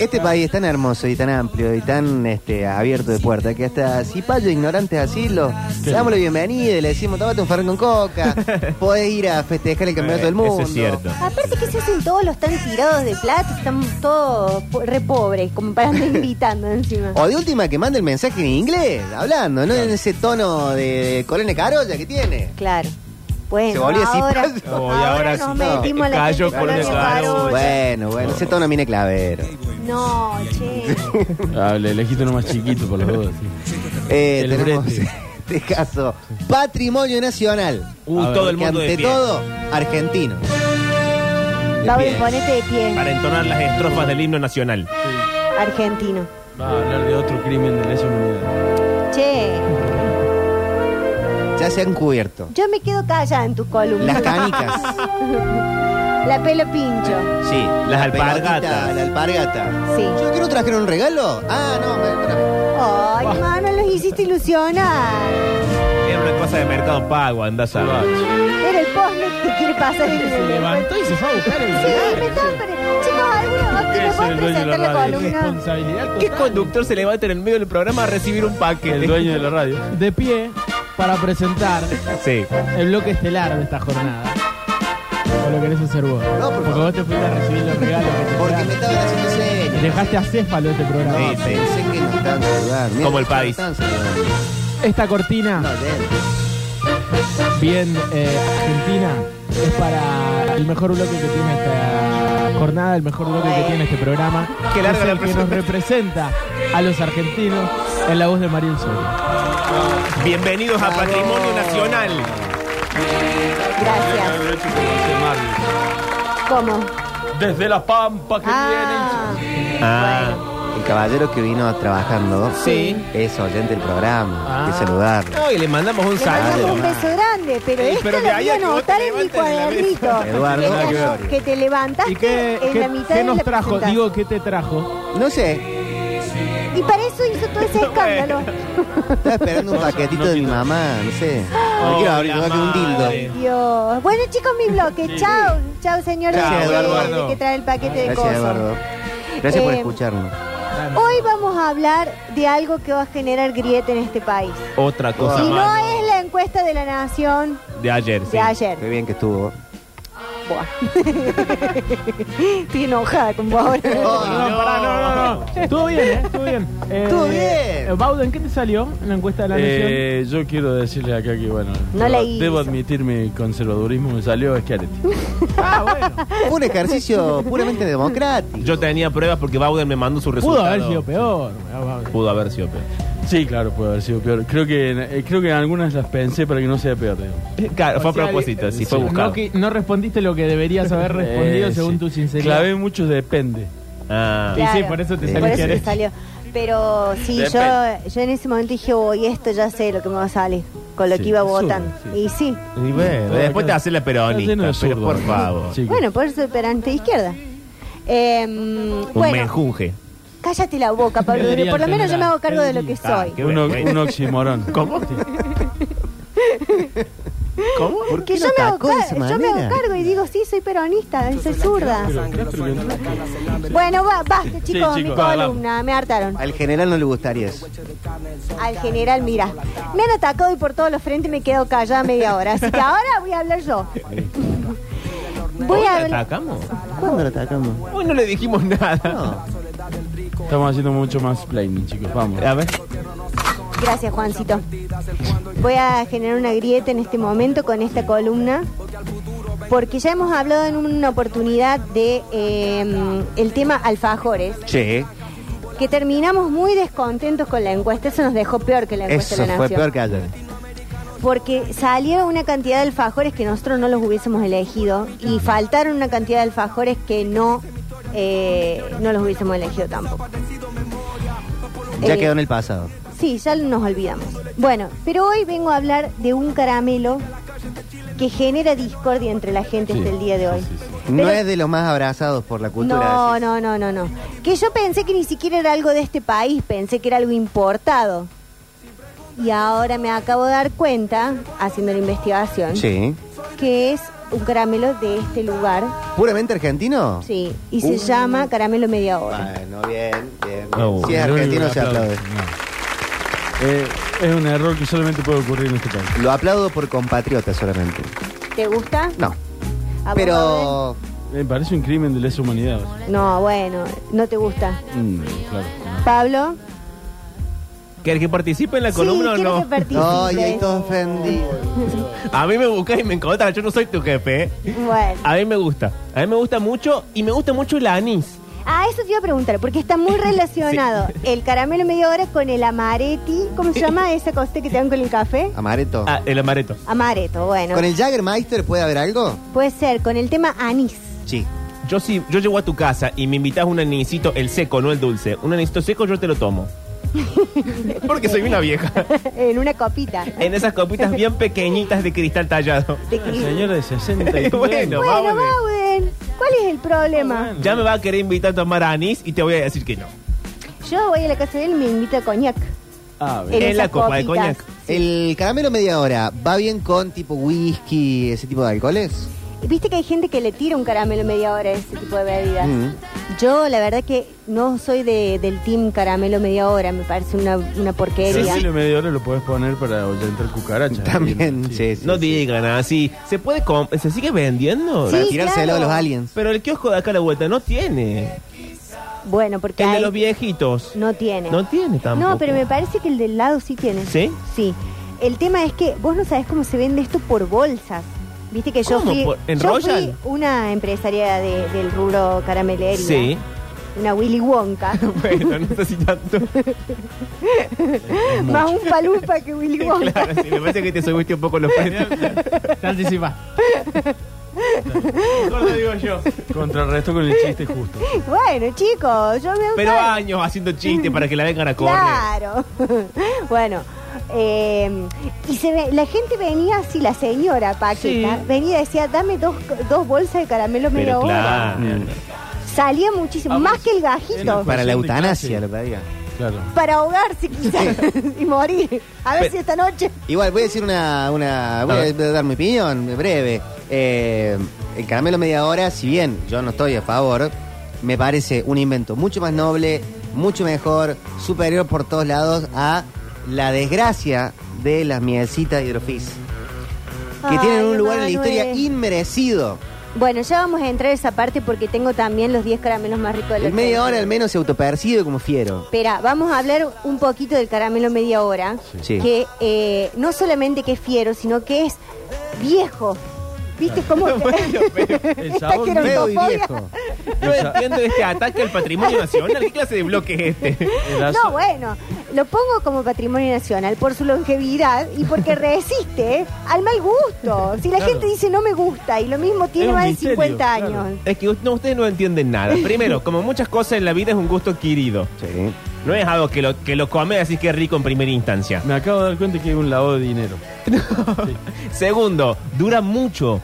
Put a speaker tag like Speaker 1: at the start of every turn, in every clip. Speaker 1: Este país es tan hermoso y tan amplio y tan este, abierto de puertas que hasta si payos ignorantes así los le damos la bienvenida y le decimos tomate un fernet con coca, podés ir a festejar el campeonato
Speaker 2: Eh,
Speaker 1: del mundo.
Speaker 2: Eso es cierto.
Speaker 3: Aparte que se hacen todos los tan tirados de plata, están todos po- re pobres, como para andar invitando encima.
Speaker 1: O de última que mande el mensaje en inglés, hablando, no en ese tono de colonia carolla que tiene.
Speaker 3: Claro. Bueno,
Speaker 1: Se volvió así,
Speaker 3: ahora,
Speaker 1: payo.
Speaker 2: Oh, y ahora sí,
Speaker 3: nos
Speaker 2: no.
Speaker 3: metimos en la
Speaker 2: Cayó
Speaker 3: gente
Speaker 2: Colonia
Speaker 3: Colonia
Speaker 2: Carolla.
Speaker 3: Carolla.
Speaker 1: Bueno, bueno, ese tono mine clavero.
Speaker 3: No, che.
Speaker 4: Hable, elegiste uno más chiquito por las dudas. sí.
Speaker 1: Eh,
Speaker 4: El
Speaker 1: tenemos
Speaker 4: brete.
Speaker 1: este caso, patrimonio nacional.
Speaker 2: Uh,
Speaker 4: A ver,
Speaker 2: todo el
Speaker 1: que
Speaker 2: mundo de
Speaker 1: ante
Speaker 2: pie.
Speaker 1: todo, argentino. De
Speaker 3: Babel,
Speaker 1: pie.
Speaker 3: ponete de pie,
Speaker 2: Para entonar las estrofas del himno nacional.
Speaker 3: argentino.
Speaker 4: Va a hablar de otro crimen de lesa humanidad.
Speaker 3: Che,
Speaker 1: Ya se han cubierto.
Speaker 3: yo me quedo callada en tu columna.
Speaker 1: Las canicas.
Speaker 3: La pelo pincho.
Speaker 1: Sí,
Speaker 2: Las
Speaker 1: la pelotita,
Speaker 2: alpargatas.
Speaker 1: La alpargata.
Speaker 3: Sí.
Speaker 1: Yo creo que trajeron un regalo. Ah, no, me- espérame.
Speaker 3: Ay, mano, los hiciste ilusionar.
Speaker 2: Era una cosa de mercado pago, andás a
Speaker 3: Era el postre que quiere pasar en
Speaker 4: Se
Speaker 3: el
Speaker 4: levantó y se fue a buscar el
Speaker 3: Sí, me
Speaker 4: celular.
Speaker 3: estaba perdiendo. Chicos, ¿alguno
Speaker 4: Ese
Speaker 3: me
Speaker 4: es
Speaker 3: puede
Speaker 4: el dueño de
Speaker 3: presentar la
Speaker 4: la radio.
Speaker 3: columna?
Speaker 4: Responsabilidad
Speaker 2: ¿Qué
Speaker 4: total.
Speaker 2: conductor se levanta en el medio del programa a recibir un
Speaker 4: El
Speaker 2: paquete?
Speaker 4: dueño de la radio. De pie para presentar
Speaker 2: Sí.
Speaker 4: el bloque estelar de esta jornada. O lo querés hacer vos.
Speaker 1: No, por
Speaker 4: Porque
Speaker 1: favor.
Speaker 4: vos te fuiste a recibir los regalos que te
Speaker 1: Porque
Speaker 4: traen.
Speaker 1: me estaban haciendo señas.
Speaker 4: Dejaste a Céfalo este
Speaker 1: No,
Speaker 4: programa.
Speaker 2: Sí, sí.
Speaker 1: pensé que nos estaban saludando. Mirá,
Speaker 2: Como el
Speaker 1: nos
Speaker 2: país.
Speaker 1: estaban saludando.
Speaker 4: Esta cortina,
Speaker 1: No, bien.
Speaker 4: bien eh, argentina, es para el mejor bloque que tiene esta jornada, el mejor bloque que tiene este programa.
Speaker 2: Qué larga
Speaker 4: es
Speaker 2: la
Speaker 4: el que nos representa a los argentinos en la voz de Mariel Soria.
Speaker 2: Bienvenidos a
Speaker 1: Bravo.
Speaker 2: Patrimonio Nacional.
Speaker 3: Gracias. ¿Cómo?
Speaker 4: Desde la pampa
Speaker 3: Ah,
Speaker 2: Ah.
Speaker 1: El caballero que vino trabajando
Speaker 2: Sí.
Speaker 1: es oyente del programa. Hay que
Speaker 4: Ah.
Speaker 1: saludarlo.
Speaker 2: No, y le mandamos un
Speaker 3: le
Speaker 2: saludo.
Speaker 3: mandamos un beso grande, pero
Speaker 2: Sí,
Speaker 3: esto
Speaker 2: Eh, pero de
Speaker 3: lo voy
Speaker 2: ahí
Speaker 3: a
Speaker 2: a que vos te
Speaker 3: anotar en mi
Speaker 2: levantes de la mesa.
Speaker 3: cuadernito.
Speaker 1: Eduardo,
Speaker 3: que,
Speaker 1: nada que
Speaker 3: no-
Speaker 1: ver.
Speaker 3: que te levantaste
Speaker 4: ¿Y qué,
Speaker 3: Ah, en
Speaker 4: qué-
Speaker 3: la mitad
Speaker 4: qué
Speaker 3: de
Speaker 4: nos
Speaker 3: la
Speaker 4: trajo?
Speaker 3: presentación.
Speaker 4: Digo, ¿qué te trajo?
Speaker 1: No sé,
Speaker 3: Y para eso hizo todo ese escándalo.
Speaker 1: estaba esperando un paquetito de mi mamá, no sé. No
Speaker 2: Oh,
Speaker 1: quiero abrir,
Speaker 2: la
Speaker 1: me va a quedar un
Speaker 2: madre.
Speaker 1: dildo.
Speaker 3: Dios. Bueno, chicos, mi bloque. Chao. Chao, señor.
Speaker 1: Chao,
Speaker 3: de- de-
Speaker 2: Eduardo.
Speaker 3: Que trae el paquete de
Speaker 1: Gracias,
Speaker 3: cosas.
Speaker 1: Eduardo. Gracias por
Speaker 3: Eh,
Speaker 1: escucharnos.
Speaker 3: Hoy vamos a hablar de algo que va a generar grieta en este país.
Speaker 2: Otra cosa
Speaker 3: Y no
Speaker 2: más
Speaker 3: es la encuesta de la nación
Speaker 2: de ayer. sí.
Speaker 3: de ayer.
Speaker 1: Qué bien que estuvo.
Speaker 3: Buah. Estoy enojada con vos ahora.
Speaker 2: no.
Speaker 4: pará, no, no, no. Estuvo bien, ¿eh? Estuvo bien. Eh,
Speaker 1: Estuvo bien.
Speaker 4: eh, Bauden, ¿qué te salió en la encuesta de la nación?
Speaker 5: Eh, yo quiero decirle acá que, bueno,
Speaker 3: No
Speaker 5: debo,
Speaker 3: leí
Speaker 5: debo
Speaker 3: eso.
Speaker 5: admitir mi conservadurismo, me salió Schiaretti.
Speaker 4: Ah, bueno.
Speaker 1: Fue un ejercicio puramente democrático.
Speaker 2: Yo tenía pruebas porque Bauden me mandó su resultado.
Speaker 4: Pudo haber sido peor. Ah, Bauden.
Speaker 2: Pudo haber sido peor.
Speaker 5: Sí, claro, puede haber sido peor. Creo que, en- eh, creo que en algunas las pensé para que no sea peor. digamos.
Speaker 2: Claro, fue a
Speaker 4: O sea,
Speaker 2: propósito,
Speaker 4: eh,
Speaker 2: sí, fue
Speaker 4: no
Speaker 2: buscado.
Speaker 4: que- No, respondiste lo que deberías haber respondido
Speaker 5: Eh,
Speaker 4: según
Speaker 5: sí.
Speaker 4: tu sinceridad.
Speaker 5: Clavé muchos depende.
Speaker 2: Ah.
Speaker 4: Sí, sí, por eso te
Speaker 1: Sí.
Speaker 4: salió
Speaker 3: Por eso te
Speaker 4: Schiaretti.
Speaker 3: salió. Pero sí, yo,
Speaker 2: Depende.
Speaker 3: yo en ese momento dije, uy, esto ya sé lo que me va a salir, con lo
Speaker 5: Sí,
Speaker 3: que iba
Speaker 5: es zurdo,
Speaker 3: votando.
Speaker 5: sí.
Speaker 3: Y sí.
Speaker 2: Y bueno, Eh, después te hace la
Speaker 5: Está lleno
Speaker 2: peronista,
Speaker 5: de
Speaker 2: pero
Speaker 5: zurdo,
Speaker 2: por
Speaker 5: ¿no?
Speaker 2: favor.
Speaker 5: Sí.
Speaker 3: Bueno, por eso perante izquierda. Eh,
Speaker 2: Un
Speaker 3: bueno,
Speaker 2: menjunje.
Speaker 3: cállate la boca, Pablo.
Speaker 4: Debería
Speaker 3: Pero por lo menos yo me
Speaker 4: tener
Speaker 3: hago cargo de lo que
Speaker 4: algo.
Speaker 2: Ah,
Speaker 3: soy.
Speaker 2: qué
Speaker 5: un,
Speaker 2: bueno,
Speaker 5: o- un oxímoron.
Speaker 2: ¿Cómo? ¿Cómo?
Speaker 1: ¿Por
Speaker 3: Que
Speaker 1: qué
Speaker 3: yo
Speaker 1: lo
Speaker 3: me, hago
Speaker 1: atacó de
Speaker 3: car-
Speaker 1: esa
Speaker 3: yo me hago
Speaker 1: manera?
Speaker 3: cargo y digo, sí, soy peronista, soy zurda. Bueno, va- basta,
Speaker 5: Sí,
Speaker 3: chicos, mi
Speaker 5: chicos,
Speaker 3: columna, me hartaron.
Speaker 1: Al general no le gustaría eso.
Speaker 3: Al general, mira, me han atacado y por todos los frentes me quedo callada media hora. Así que ahora voy a hablar yo. Voy a
Speaker 2: ¿Hoy la
Speaker 3: hablar.
Speaker 2: atacamos?
Speaker 1: ¿Cuándo lo atacamos?
Speaker 2: Hoy no le dijimos nada.
Speaker 5: Estamos haciendo mucho más planning, chicos. Vamos.
Speaker 2: A ver.
Speaker 3: Gracias, Juancito. Voy a generar una grieta en este momento con esta columna, porque ya hemos hablado en una oportunidad de eh, el tema alfajores,
Speaker 1: Che,
Speaker 3: que terminamos muy descontentos con la encuesta. Eso nos dejó peor que la encuesta
Speaker 1: eso
Speaker 3: de la
Speaker 1: fue
Speaker 3: Nación.
Speaker 1: peor que ayer.
Speaker 3: Porque salió una cantidad de alfajores que nosotros no los hubiésemos elegido y faltaron una cantidad de alfajores que no, eh, no los hubiésemos elegido tampoco.
Speaker 1: Ya
Speaker 3: Eh,
Speaker 1: quedó en el pasado.
Speaker 3: Sí, ya nos olvidamos. Bueno, pero hoy vengo a hablar de un caramelo que genera discordia entre la gente
Speaker 5: Sí,
Speaker 3: hasta el día de
Speaker 5: sí,
Speaker 3: hoy.
Speaker 5: sí, sí.
Speaker 1: No
Speaker 3: Pero-
Speaker 1: es de los más abrazados por la cultura.
Speaker 3: no,
Speaker 1: decís.
Speaker 3: no, no, no, no. Que yo pensé que ni siquiera era algo de este país, pensé que era algo importado. Y ahora me acabo de dar cuenta, haciendo la investigación,
Speaker 1: Sí.
Speaker 3: que es un caramelo de este lugar.
Speaker 1: ¿Puramente argentino?
Speaker 3: Sí, y se llama Caramelo Media Hora.
Speaker 1: Bueno, bien, bien.
Speaker 5: No,
Speaker 1: si es
Speaker 5: no,
Speaker 1: argentino,
Speaker 5: no,
Speaker 1: se
Speaker 5: aplaudo.
Speaker 1: aplaude.
Speaker 5: Eh, es un error que solamente puede ocurrir en este país.
Speaker 1: Lo aplaudo por compatriota solamente.
Speaker 3: ¿Te gusta?
Speaker 1: No.
Speaker 3: ¿A vos,
Speaker 1: Pero.
Speaker 5: Me parece un crimen de lesa humanidad.
Speaker 3: Pablo? ¿eh? No, bueno, no te gusta.
Speaker 5: Mm, claro.
Speaker 3: Pablo.
Speaker 2: ¿Querés que participe en la columna
Speaker 3: sí,
Speaker 2: o
Speaker 3: quiero que
Speaker 2: no?
Speaker 3: participes.
Speaker 1: Ay, ahí todo ofendido.
Speaker 2: A mí me buscás y me encontrás. Yo no soy tu jefe. ¿eh?
Speaker 3: Bueno.
Speaker 2: A mí me gusta. A mí me gusta mucho y me gusta mucho el anís.
Speaker 3: Ah, eso te iba a preguntar, porque está muy relacionado el caramelo media hora con el amaretti. ¿Cómo se llama esa cosa que te dan con el café?
Speaker 1: Amareto.
Speaker 2: Ah, el amareto.
Speaker 3: Amareto, bueno.
Speaker 1: ¿Con el Jaggermeister puede haber algo?
Speaker 3: Puede ser, con el tema anís.
Speaker 1: Sí.
Speaker 2: Yo si yo llego a tu casa y me invitas un anisito, el seco, no el dulce, un anisito seco, yo te lo tomo. Porque soy una vieja.
Speaker 3: en una copita.
Speaker 1: Eh,
Speaker 2: En esas copitas bien pequeñitas de cristal tallado.
Speaker 3: Te
Speaker 5: Una
Speaker 3: cri-
Speaker 5: señora de 60 y
Speaker 2: Bueno,
Speaker 3: bueno,
Speaker 2: vamos.
Speaker 3: Bauden, ¿cuál es el problema?
Speaker 2: Ya me va a querer invitar a tomar anís y te voy a decir que no.
Speaker 3: Yo voy a la casa de él y me invita a coñac.
Speaker 5: Ah,
Speaker 3: En
Speaker 2: En la
Speaker 3: esas
Speaker 2: copa de
Speaker 3: copitas.
Speaker 2: coñac.
Speaker 1: ¿El caramelo media hora va bien con tipo whisky, ese tipo de alcoholes?
Speaker 3: Viste que hay gente que le tira un caramelo media hora a ese tipo de bebidas.
Speaker 1: Mm.
Speaker 3: Yo, la verdad, que no soy de- del team caramelo media hora. Me parece una, una
Speaker 5: El
Speaker 3: porquería.
Speaker 5: kilo medio hora lo puedes poner para ahuyentar cucarachas.
Speaker 1: También, sí, sí.
Speaker 2: No digan así. ¿Se puede com- ¿Se sigue vendiendo?
Speaker 1: Para
Speaker 3: Sí,
Speaker 1: tirárselo
Speaker 3: claro.
Speaker 1: a los aliens.
Speaker 2: Pero el kiosco de acá a la vuelta no tiene.
Speaker 3: Bueno, porque
Speaker 2: El de
Speaker 3: hay-
Speaker 2: los viejitos.
Speaker 3: no tiene.
Speaker 2: No tiene tampoco.
Speaker 3: No, pero me parece que el del lado sí tiene.
Speaker 2: ¿Sí?
Speaker 3: Sí. El tema es que vos no sabés cómo se vende esto por bolsas. Viste que yo
Speaker 2: ¿Cómo?
Speaker 3: fui,
Speaker 2: ¿Por- en
Speaker 3: yo fui
Speaker 2: Royal?
Speaker 3: una empresaria de- del rubro caramelería.
Speaker 2: Sí.
Speaker 3: Una Willy Wonka.
Speaker 2: Bueno, no sé si tanto.
Speaker 3: Más un palupa que Willy Wonka.
Speaker 2: Claro, sí, me parece que te subiste un poco los precios.
Speaker 4: Te anticipas.
Speaker 2: Mejor lo digo yo.
Speaker 5: Contrarresto con el chiste justo.
Speaker 3: Bueno, chicos, yo me
Speaker 2: Pero años haciendo chistes para que la vengan a correr.
Speaker 3: Claro. bueno. eh, y se ve, la gente venía así, la señora Paquita,
Speaker 5: Sí.
Speaker 3: venía y decía, dame dos, dos bolsas de caramelo medio
Speaker 2: Pero claro.
Speaker 3: Salía muchísimo,
Speaker 5: Ah,
Speaker 3: más
Speaker 5: pues,
Speaker 3: que el
Speaker 5: en
Speaker 3: gajito.
Speaker 5: el
Speaker 1: Para la
Speaker 5: Cuestión de
Speaker 1: eutanasia,
Speaker 5: clase.
Speaker 1: lo pedía.
Speaker 5: Claro.
Speaker 3: Para ahogarse quizás y morir. A ver
Speaker 2: Pero-
Speaker 3: si esta noche.
Speaker 1: Igual, voy a decir una. una voy a dar mi opinión, breve. Eh, el caramelo media hora, si bien yo no estoy a favor, me parece un invento mucho más noble, mucho mejor, superior por todos lados a la desgracia de las mielcitas hidrofis. Que tienen un
Speaker 3: Ay,
Speaker 1: lugar en la
Speaker 3: Emanuel.
Speaker 1: historia inmerecido.
Speaker 3: Bueno, ya vamos a entrar a esa parte porque tengo también los 10 caramelos más ricos de la
Speaker 1: El media hora al menos se autopercibe como fiero.
Speaker 3: Espera, vamos a hablar un poquito del caramelo media hora,
Speaker 1: Sí.
Speaker 3: que eh, no solamente que es fiero, sino que es viejo. ¿Viste cómo?
Speaker 5: El
Speaker 3: Esta
Speaker 5: sabor
Speaker 3: quiero-
Speaker 1: Feo y
Speaker 3: Homofobia.
Speaker 1: viejo.
Speaker 2: Yo entiendo este ataque al patrimonio nacional. ¿Qué clase de bloque es este?
Speaker 5: el azo-
Speaker 3: No, bueno, lo pongo como patrimonio nacional por su longevidad y porque resiste eh, al mal gusto. Si la
Speaker 5: Claro.
Speaker 3: gente dice no me gusta y lo mismo tiene
Speaker 5: Es un
Speaker 3: más de
Speaker 5: misterio,
Speaker 3: 50 años.
Speaker 5: claro.
Speaker 2: Es que no, ustedes no entienden nada. Primero, como muchas cosas en la vida es un gusto adquirido.
Speaker 1: Sí.
Speaker 2: No es algo que lo, que lo comes así que es rico en primera instancia.
Speaker 5: Me acabo de dar cuenta que hay un lavado de dinero.
Speaker 2: Segundo, dura mucho.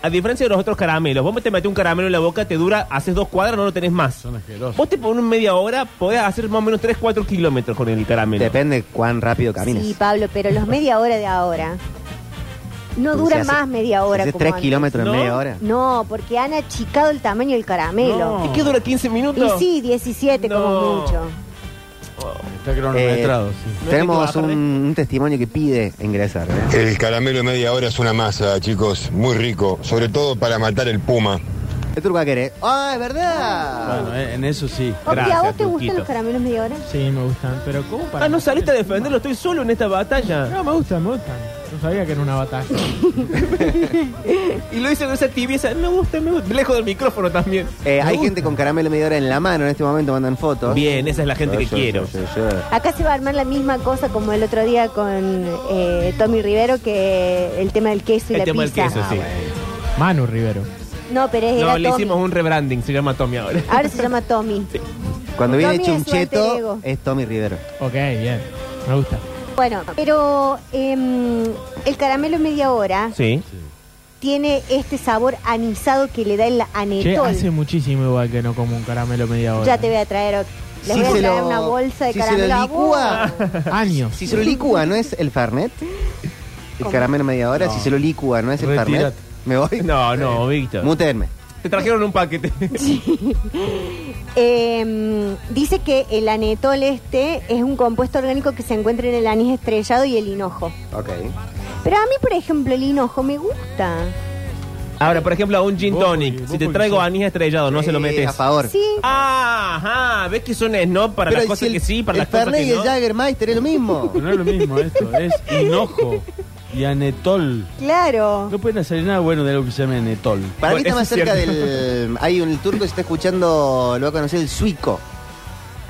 Speaker 2: A diferencia de los otros caramelos, vos te metes un caramelo en la boca, te dura, haces dos cuadras, no lo tenés más.
Speaker 5: Son asquerosos.
Speaker 2: Vos te pones media hora, podés hacer más o menos 3-4 kilómetros con el caramelo.
Speaker 1: Depende cuán rápido camines.
Speaker 3: Sí, Pablo, pero los media hora de ahora no
Speaker 1: Porque
Speaker 3: dura
Speaker 1: se hace-
Speaker 3: más media hora.
Speaker 1: Hace
Speaker 3: como
Speaker 1: 3
Speaker 3: antes.
Speaker 1: kilómetros en
Speaker 2: ¿No?
Speaker 1: media hora. Eh,
Speaker 3: No, porque han achicado el tamaño del caramelo.
Speaker 2: ¿Y qué dura 15 minutos?
Speaker 3: Y sí, 17 como
Speaker 2: No.
Speaker 3: mucho.
Speaker 5: Está cronometrado,
Speaker 1: Eh,
Speaker 5: sí.
Speaker 2: No
Speaker 1: Tenemos
Speaker 2: tengo
Speaker 1: un,
Speaker 2: bajar, ¿eh?
Speaker 1: un testimonio que pide ingresar. ¿eh?
Speaker 6: El caramelo de media hora es una masa, chicos, muy rico, sobre todo para matar el puma.
Speaker 1: El turco va a querer. ¡Ah, es
Speaker 5: Bueno,
Speaker 1: verdad!
Speaker 5: eh, en eso sí.
Speaker 3: Ok, ¿A vos
Speaker 2: Gracias,
Speaker 3: te gustan
Speaker 2: Turquito.
Speaker 3: los caramelos media hora?
Speaker 4: Sí, me gustan. Pero ¿cómo para.?
Speaker 2: Ah, no saliste a defenderlo, estoy solo en esta batalla.
Speaker 4: No, me gustan, me gustan. No sabía que era una batalla.
Speaker 2: Y lo hice con esa tibieza. Me gusta, me gusta. Lejos del micrófono también.
Speaker 1: Eh,
Speaker 2: Me
Speaker 1: hay
Speaker 2: gusta.
Speaker 1: gente con caramelo media hora en la mano en este momento, mandan fotos.
Speaker 2: Bien, esa es la gente que
Speaker 1: Yo, yo,
Speaker 2: quiero.
Speaker 1: yo, yo, yo.
Speaker 3: Acá se va a armar la misma cosa como el otro día con eh, Tommy Rivero, que el tema del queso y
Speaker 2: El
Speaker 3: la
Speaker 2: tema del
Speaker 3: pizza. Ah,
Speaker 2: queso, sí.
Speaker 4: Manu Rivero.
Speaker 3: No, pero es
Speaker 2: No,
Speaker 3: era
Speaker 2: le
Speaker 3: Tommy. Ah.
Speaker 2: hicimos un rebranding, se llama Tommy ahora.
Speaker 3: Ahora se llama Tommy.
Speaker 1: Cuando
Speaker 3: Tommy
Speaker 1: viene hecho
Speaker 3: es
Speaker 1: un
Speaker 3: su alter ego.
Speaker 1: cheto, es Tommy Rivero.
Speaker 4: Ok, bien. Me gusta.
Speaker 3: Bueno, pero em, el caramelo media hora
Speaker 2: Sí.
Speaker 3: tiene este sabor anisado que le da el
Speaker 4: Che,
Speaker 3: anetol.
Speaker 4: hace muchísimo igual que no como un caramelo media hora.
Speaker 3: Ya te voy a traer, les
Speaker 1: Si
Speaker 3: voy a
Speaker 1: se
Speaker 3: traer
Speaker 1: lo-
Speaker 3: una bolsa de
Speaker 1: si se lo
Speaker 3: caramelo. a
Speaker 1: licúa.
Speaker 3: vos.
Speaker 4: Años.
Speaker 1: Si se lo licúa, ¿no es el Fernet? El caramelo media hora, si se lo licúa, ¿no es el
Speaker 5: Retírate.
Speaker 1: Fernet? ¿Me voy?
Speaker 2: No, no, Víctor.
Speaker 1: Mutenme.
Speaker 2: Te trajeron un paquete.
Speaker 3: Eh, dice que el anetol este es un compuesto orgánico que se encuentra en el anís estrellado y el hinojo.
Speaker 1: Ok.
Speaker 3: Pero a mí, por ejemplo, el hinojo me gusta.
Speaker 2: Ahora, por ejemplo, a un gin
Speaker 5: Vos,
Speaker 2: tonic.
Speaker 5: porque-
Speaker 2: Si
Speaker 5: vos
Speaker 2: te
Speaker 5: porque
Speaker 2: traigo
Speaker 5: sos-
Speaker 2: anís estrellado, no se lo
Speaker 1: Eh,
Speaker 2: metes.
Speaker 1: A favor.
Speaker 3: Sí,
Speaker 2: Ajá, ves que son snob para
Speaker 1: Pero
Speaker 2: las
Speaker 1: y
Speaker 2: cosas
Speaker 1: si el-
Speaker 2: que sí, para
Speaker 1: el
Speaker 2: las cosas
Speaker 1: Fernet
Speaker 2: que
Speaker 1: y el
Speaker 2: no.
Speaker 1: Jägermeister es lo mismo.
Speaker 5: No es lo mismo esto, es hinojo y anetol.
Speaker 3: claro.
Speaker 5: No pueden hacer nada bueno de algo que se llame anetol.
Speaker 1: Para mí
Speaker 2: Bueno,
Speaker 1: está
Speaker 2: eso
Speaker 1: más
Speaker 2: es
Speaker 1: cerca
Speaker 2: cierto.
Speaker 1: del. Hay un el turco que está escuchando, lo va a conocer, el suico.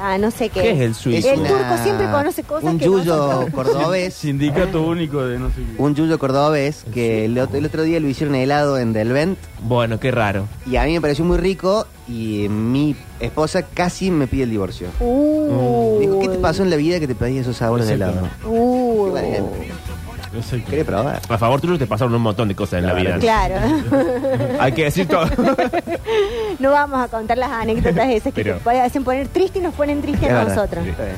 Speaker 3: Ah, no sé qué.
Speaker 2: ¿Qué es el suico?
Speaker 3: El
Speaker 1: una-
Speaker 3: turco siempre conoce cosas
Speaker 1: Un
Speaker 3: que
Speaker 1: yuyo
Speaker 3: nosotros-
Speaker 1: cordobés.
Speaker 5: Sindicato único de no sé qué.
Speaker 1: Un yuyo cordobés que el otro, el otro día lo hicieron helado en Delvent
Speaker 2: Bueno, qué raro.
Speaker 1: y a mí me pareció muy rico y mi esposa casi me pide el divorcio.
Speaker 3: Uy.
Speaker 1: Dijo, ¿qué te pasó en la vida que te pedí esos sabores de helado?
Speaker 3: Uy.
Speaker 5: No sé qué.
Speaker 1: ¿Querés probar?
Speaker 2: A favor tuyo te pasaron un montón de cosas en la vida.
Speaker 3: Claro.
Speaker 2: Hay que decir todo.
Speaker 3: no vamos a contar las anécdotas esas que
Speaker 2: Pero-
Speaker 3: te pueden- hacen poner triste y nos ponen triste
Speaker 1: Es
Speaker 3: a
Speaker 1: verdad.
Speaker 3: nosotros.
Speaker 1: Está bien.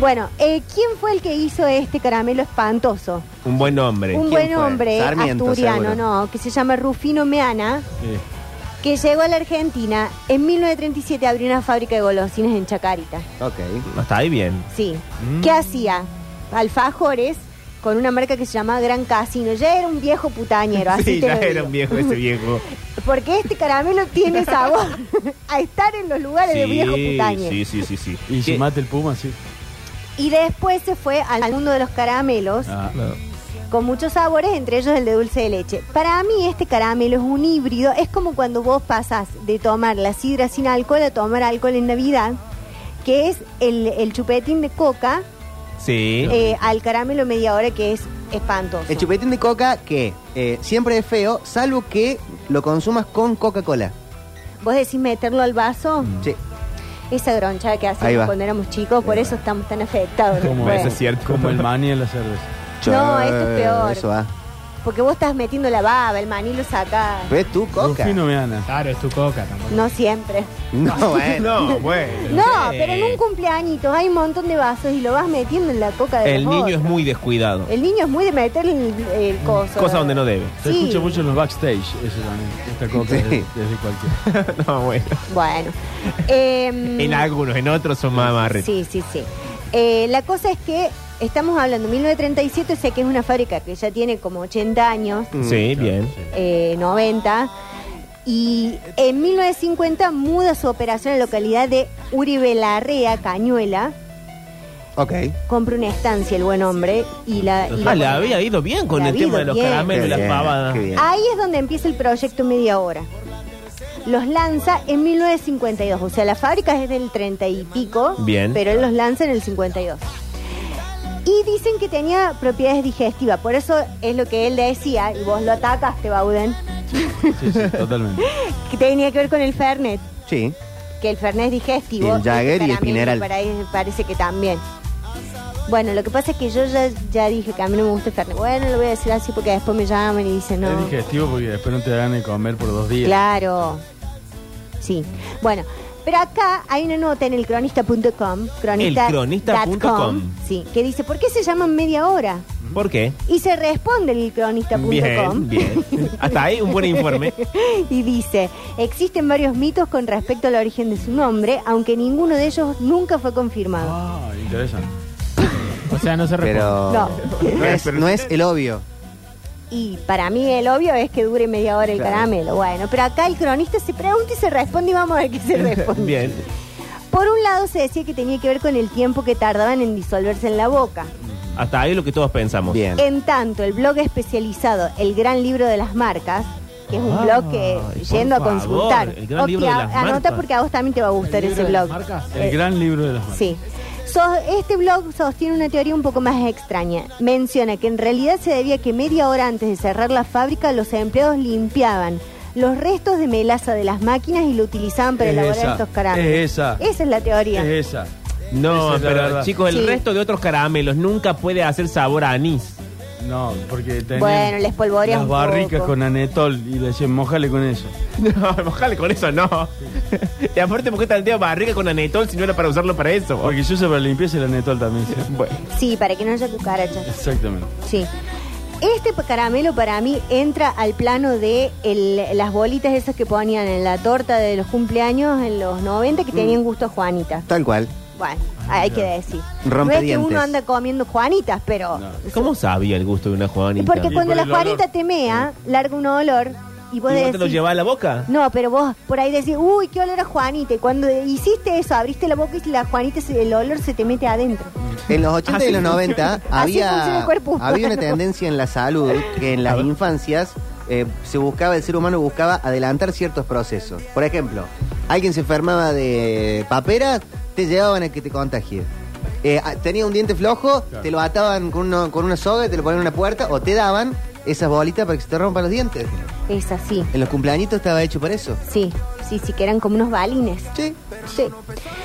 Speaker 3: Bueno, eh, ¿quién fue el que hizo este caramelo espantoso?
Speaker 2: un buen hombre.
Speaker 3: Un
Speaker 1: ¿quién
Speaker 3: buen
Speaker 1: fue?
Speaker 3: hombre
Speaker 1: Sarmiento,
Speaker 3: asturiano,
Speaker 1: seguro.
Speaker 3: no, que se llama Rufino Meana,
Speaker 5: Eh,
Speaker 3: que llegó a la Argentina en 1937 abrió una fábrica de golosinas en Chacarita.
Speaker 1: Ok.
Speaker 2: No, está ahí bien.
Speaker 3: Sí.
Speaker 2: Mm.
Speaker 3: ¿Qué hacía? Alfajores con una marca que se llamaba Gran Casino. Ya era un viejo putañero, así
Speaker 2: sí,
Speaker 3: te
Speaker 2: ya
Speaker 3: lo digo.
Speaker 2: era un viejo ese viejo.
Speaker 3: Porque este caramelo tiene sabor a estar en los lugares de viejo putañero.
Speaker 2: sí, sí, sí, sí.
Speaker 5: Y
Speaker 2: ¿Qué?
Speaker 5: si mate el puma, sí.
Speaker 3: Y después se fue al mundo de los caramelos
Speaker 5: Ah,
Speaker 3: con muchos sabores, entre ellos el de dulce de leche. Para mí este caramelo es un híbrido, es como cuando vos pasás de tomar la sidra sin alcohol a tomar alcohol en Navidad, que es el, el chupetín de coca
Speaker 2: Sí.
Speaker 3: eh, al caramelo media hora que es espantoso.
Speaker 1: El chupetín de coca que eh, siempre es feo, salvo que lo consumas con Coca-Cola.
Speaker 3: Vos decís meterlo al vaso,
Speaker 2: Mm.
Speaker 1: Sí.
Speaker 3: esa gronchada que
Speaker 1: Ahí
Speaker 3: hacíamos
Speaker 1: va.
Speaker 3: cuando éramos chicos, por eso estamos tan afectados.
Speaker 5: como,
Speaker 3: Bueno,
Speaker 2: Eso Pues es cierto.
Speaker 5: como el maní en la cerveza.
Speaker 3: No, esto es peor.
Speaker 1: Eso va.
Speaker 3: Porque vos estás metiendo la baba, el maní lo sacás.
Speaker 1: ¿Ves tú, coca?
Speaker 5: Rufino Meana.
Speaker 4: Claro, es tu coca tampoco.
Speaker 3: No siempre.
Speaker 1: No, bueno.
Speaker 2: No, bueno.
Speaker 3: No,
Speaker 2: Sí.
Speaker 3: pero en un cumpleañito hay un montón de vasos y lo vas metiendo en la coca de
Speaker 2: El
Speaker 3: los
Speaker 2: niño es
Speaker 3: otros.
Speaker 2: muy descuidado.
Speaker 3: El niño es muy de meter el, el coso.
Speaker 2: Cosa donde no debe.
Speaker 5: Se
Speaker 3: Sí.
Speaker 5: escucha mucho en los backstage, eso también. Esta coca
Speaker 1: Sí.
Speaker 5: desde, desde cualquier.
Speaker 2: No, bueno.
Speaker 3: Bueno. Em,
Speaker 2: En algunos, en otros son más amarres.
Speaker 3: Sí, sí, sí. Eh, la cosa es que estamos hablando de 1937, sé que es una fábrica que ya tiene como 80 años,
Speaker 2: Mm, Sí, bien.
Speaker 3: eh, 90. Y en 1950 muda su operación a la localidad de Uribe Larrea, Cañuela.
Speaker 1: Ok.
Speaker 3: Compra una estancia el buen hombre y la... y
Speaker 2: Ah, la había ido bien con
Speaker 3: La
Speaker 2: el
Speaker 3: había
Speaker 2: tema
Speaker 3: ido
Speaker 2: de los
Speaker 3: bien.
Speaker 2: caramelos y las
Speaker 1: Qué bien,
Speaker 2: pavadas.
Speaker 1: qué bien.
Speaker 3: Ahí es donde empieza el proyecto Media Hora. Los lanza en 1952, o sea, la fábrica es del 30 y pico,
Speaker 2: Bien.
Speaker 3: pero él los lanza en el 52. Y dicen que tenía propiedades digestivas, por eso es lo que él decía, y vos lo atacaste, Bauden,
Speaker 5: Sí, sí, totalmente.
Speaker 3: que tenía que ver con el Fernet,
Speaker 1: Sí.
Speaker 3: que el Fernet es digestivo.
Speaker 1: Y el Jagger y el
Speaker 3: caramelo
Speaker 1: Pineral.
Speaker 3: para él parece que también. Bueno, lo que pasa es que yo ya, ya dije que a mí no me gusta el Fernet. Bueno, lo voy a decir así porque después me llaman y dicen no.
Speaker 5: Es digestivo porque después no te dan de comer por dos días.
Speaker 3: Claro. Sí. Bueno, pero acá hay una nota en el cronista.com, cronista
Speaker 2: Elcronista.com.
Speaker 3: dot com, sí, que dice, ¿por qué se llaman media hora?
Speaker 2: ¿Por qué?
Speaker 3: Y se responde en el cronista.com
Speaker 2: Bien, bien. Hasta ahí un buen informe.
Speaker 3: y dice, existen varios mitos con respecto al origen de su nombre, aunque ninguno de ellos nunca fue confirmado.
Speaker 5: Ah, interesante.
Speaker 4: O sea, no se responde.
Speaker 1: Pero.
Speaker 3: No.
Speaker 1: No es, no es el obvio.
Speaker 3: Y para mí el obvio es que dure media hora el
Speaker 1: Claro.
Speaker 3: caramelo. Bueno, pero acá el cronista se pregunta y se responde y vamos a ver qué se responde.
Speaker 2: Bien.
Speaker 3: Por un lado se decía que tenía que ver con el tiempo que tardaban en disolverse en la boca.
Speaker 2: Hasta ahí lo que todos pensamos.
Speaker 1: Bien.
Speaker 3: En tanto, el blog especializado El Gran Libro de las Marcas, que es un
Speaker 2: Ah,
Speaker 3: blog que
Speaker 2: por
Speaker 3: yendo a
Speaker 2: favor,
Speaker 3: consultar.
Speaker 2: El Gran
Speaker 3: Ok,
Speaker 2: Libro de
Speaker 3: a-
Speaker 2: las
Speaker 3: anota
Speaker 2: Marcas.
Speaker 3: porque a vos también te va a gustar
Speaker 4: ¿El libro
Speaker 3: ese
Speaker 4: de las
Speaker 3: blog.
Speaker 4: marcas?
Speaker 5: El gran libro de las marcas.
Speaker 3: Eh, Sí. So- este blog sostiene una teoría un poco más extraña. Menciona que en realidad se debía que media hora antes de cerrar la fábrica los empleados limpiaban los restos de melaza de las máquinas y lo utilizaban para
Speaker 5: Es
Speaker 3: elaborar
Speaker 5: esa,
Speaker 3: estos caramelos.
Speaker 5: es esa. Eh,
Speaker 3: Esa es la teoría.
Speaker 5: Es esa.
Speaker 2: No,
Speaker 5: Esa es la
Speaker 2: pero
Speaker 5: verdad.
Speaker 2: chicos, el
Speaker 3: Sí.
Speaker 2: resto de otros caramelos nunca puede hacer sabor a anís.
Speaker 5: No, porque tenían
Speaker 3: Bueno, les polvoreas
Speaker 5: las
Speaker 3: un
Speaker 5: barricas
Speaker 3: poco.
Speaker 5: con anetol y le decían, mojale con eso.
Speaker 2: No, ojalá con eso no. Y aparte, ¿por qué tanteo barriga con anetol si no era para usarlo para eso?
Speaker 5: Porque se usa para limpieza el anetol también. sí.
Speaker 2: Bueno,
Speaker 3: Sí, para que no haya cucarachas.
Speaker 5: Exactamente.
Speaker 3: Sí. Este pa- caramelo para mí entra al plano de el- las bolitas esas que ponían en la torta de los cumpleaños en los 90 que tenían gusto a Juanita.
Speaker 1: Tal cual.
Speaker 3: Bueno, hay que decir. No es que
Speaker 1: Rompedientes.
Speaker 3: uno anda comiendo Juanitas, pero...
Speaker 2: ¿Cómo sabía el gusto de una
Speaker 3: Y
Speaker 2: Juanita?
Speaker 3: Porque
Speaker 5: Y
Speaker 3: cuando
Speaker 5: por
Speaker 3: la
Speaker 5: el
Speaker 3: Juanita
Speaker 5: olor.
Speaker 3: te mea, larga un olor y vos
Speaker 2: ¿Y vos te
Speaker 3: decís...
Speaker 2: lo llevás a la boca?
Speaker 3: No, pero vos por ahí decís, uy, qué olor a Juanita. Y cuando hiciste eso, abriste la boca y la Juanita, se- el olor se te mete adentro.
Speaker 1: En los 80 y
Speaker 2: Así
Speaker 1: los 90
Speaker 3: funciona. Así funciona
Speaker 1: había,
Speaker 3: el cuerpo humano.
Speaker 1: había una tendencia en la salud que en las
Speaker 2: A ver.
Speaker 1: infancias eh, se buscaba, el ser humano buscaba adelantar ciertos procesos. Por ejemplo, alguien se enfermaba de papera, te llevaban a que te contagie. Eh, a- tenía un diente flojo, te lo ataban con, uno- con una soga y te lo ponían en una puerta o te daban esas bolitas para que se te rompan los dientes.
Speaker 3: Es así.
Speaker 1: En los cumpleañitos estaba hecho para eso.
Speaker 3: Sí, sí, sí, que eran como unos balines.
Speaker 1: Sí.
Speaker 3: Sí.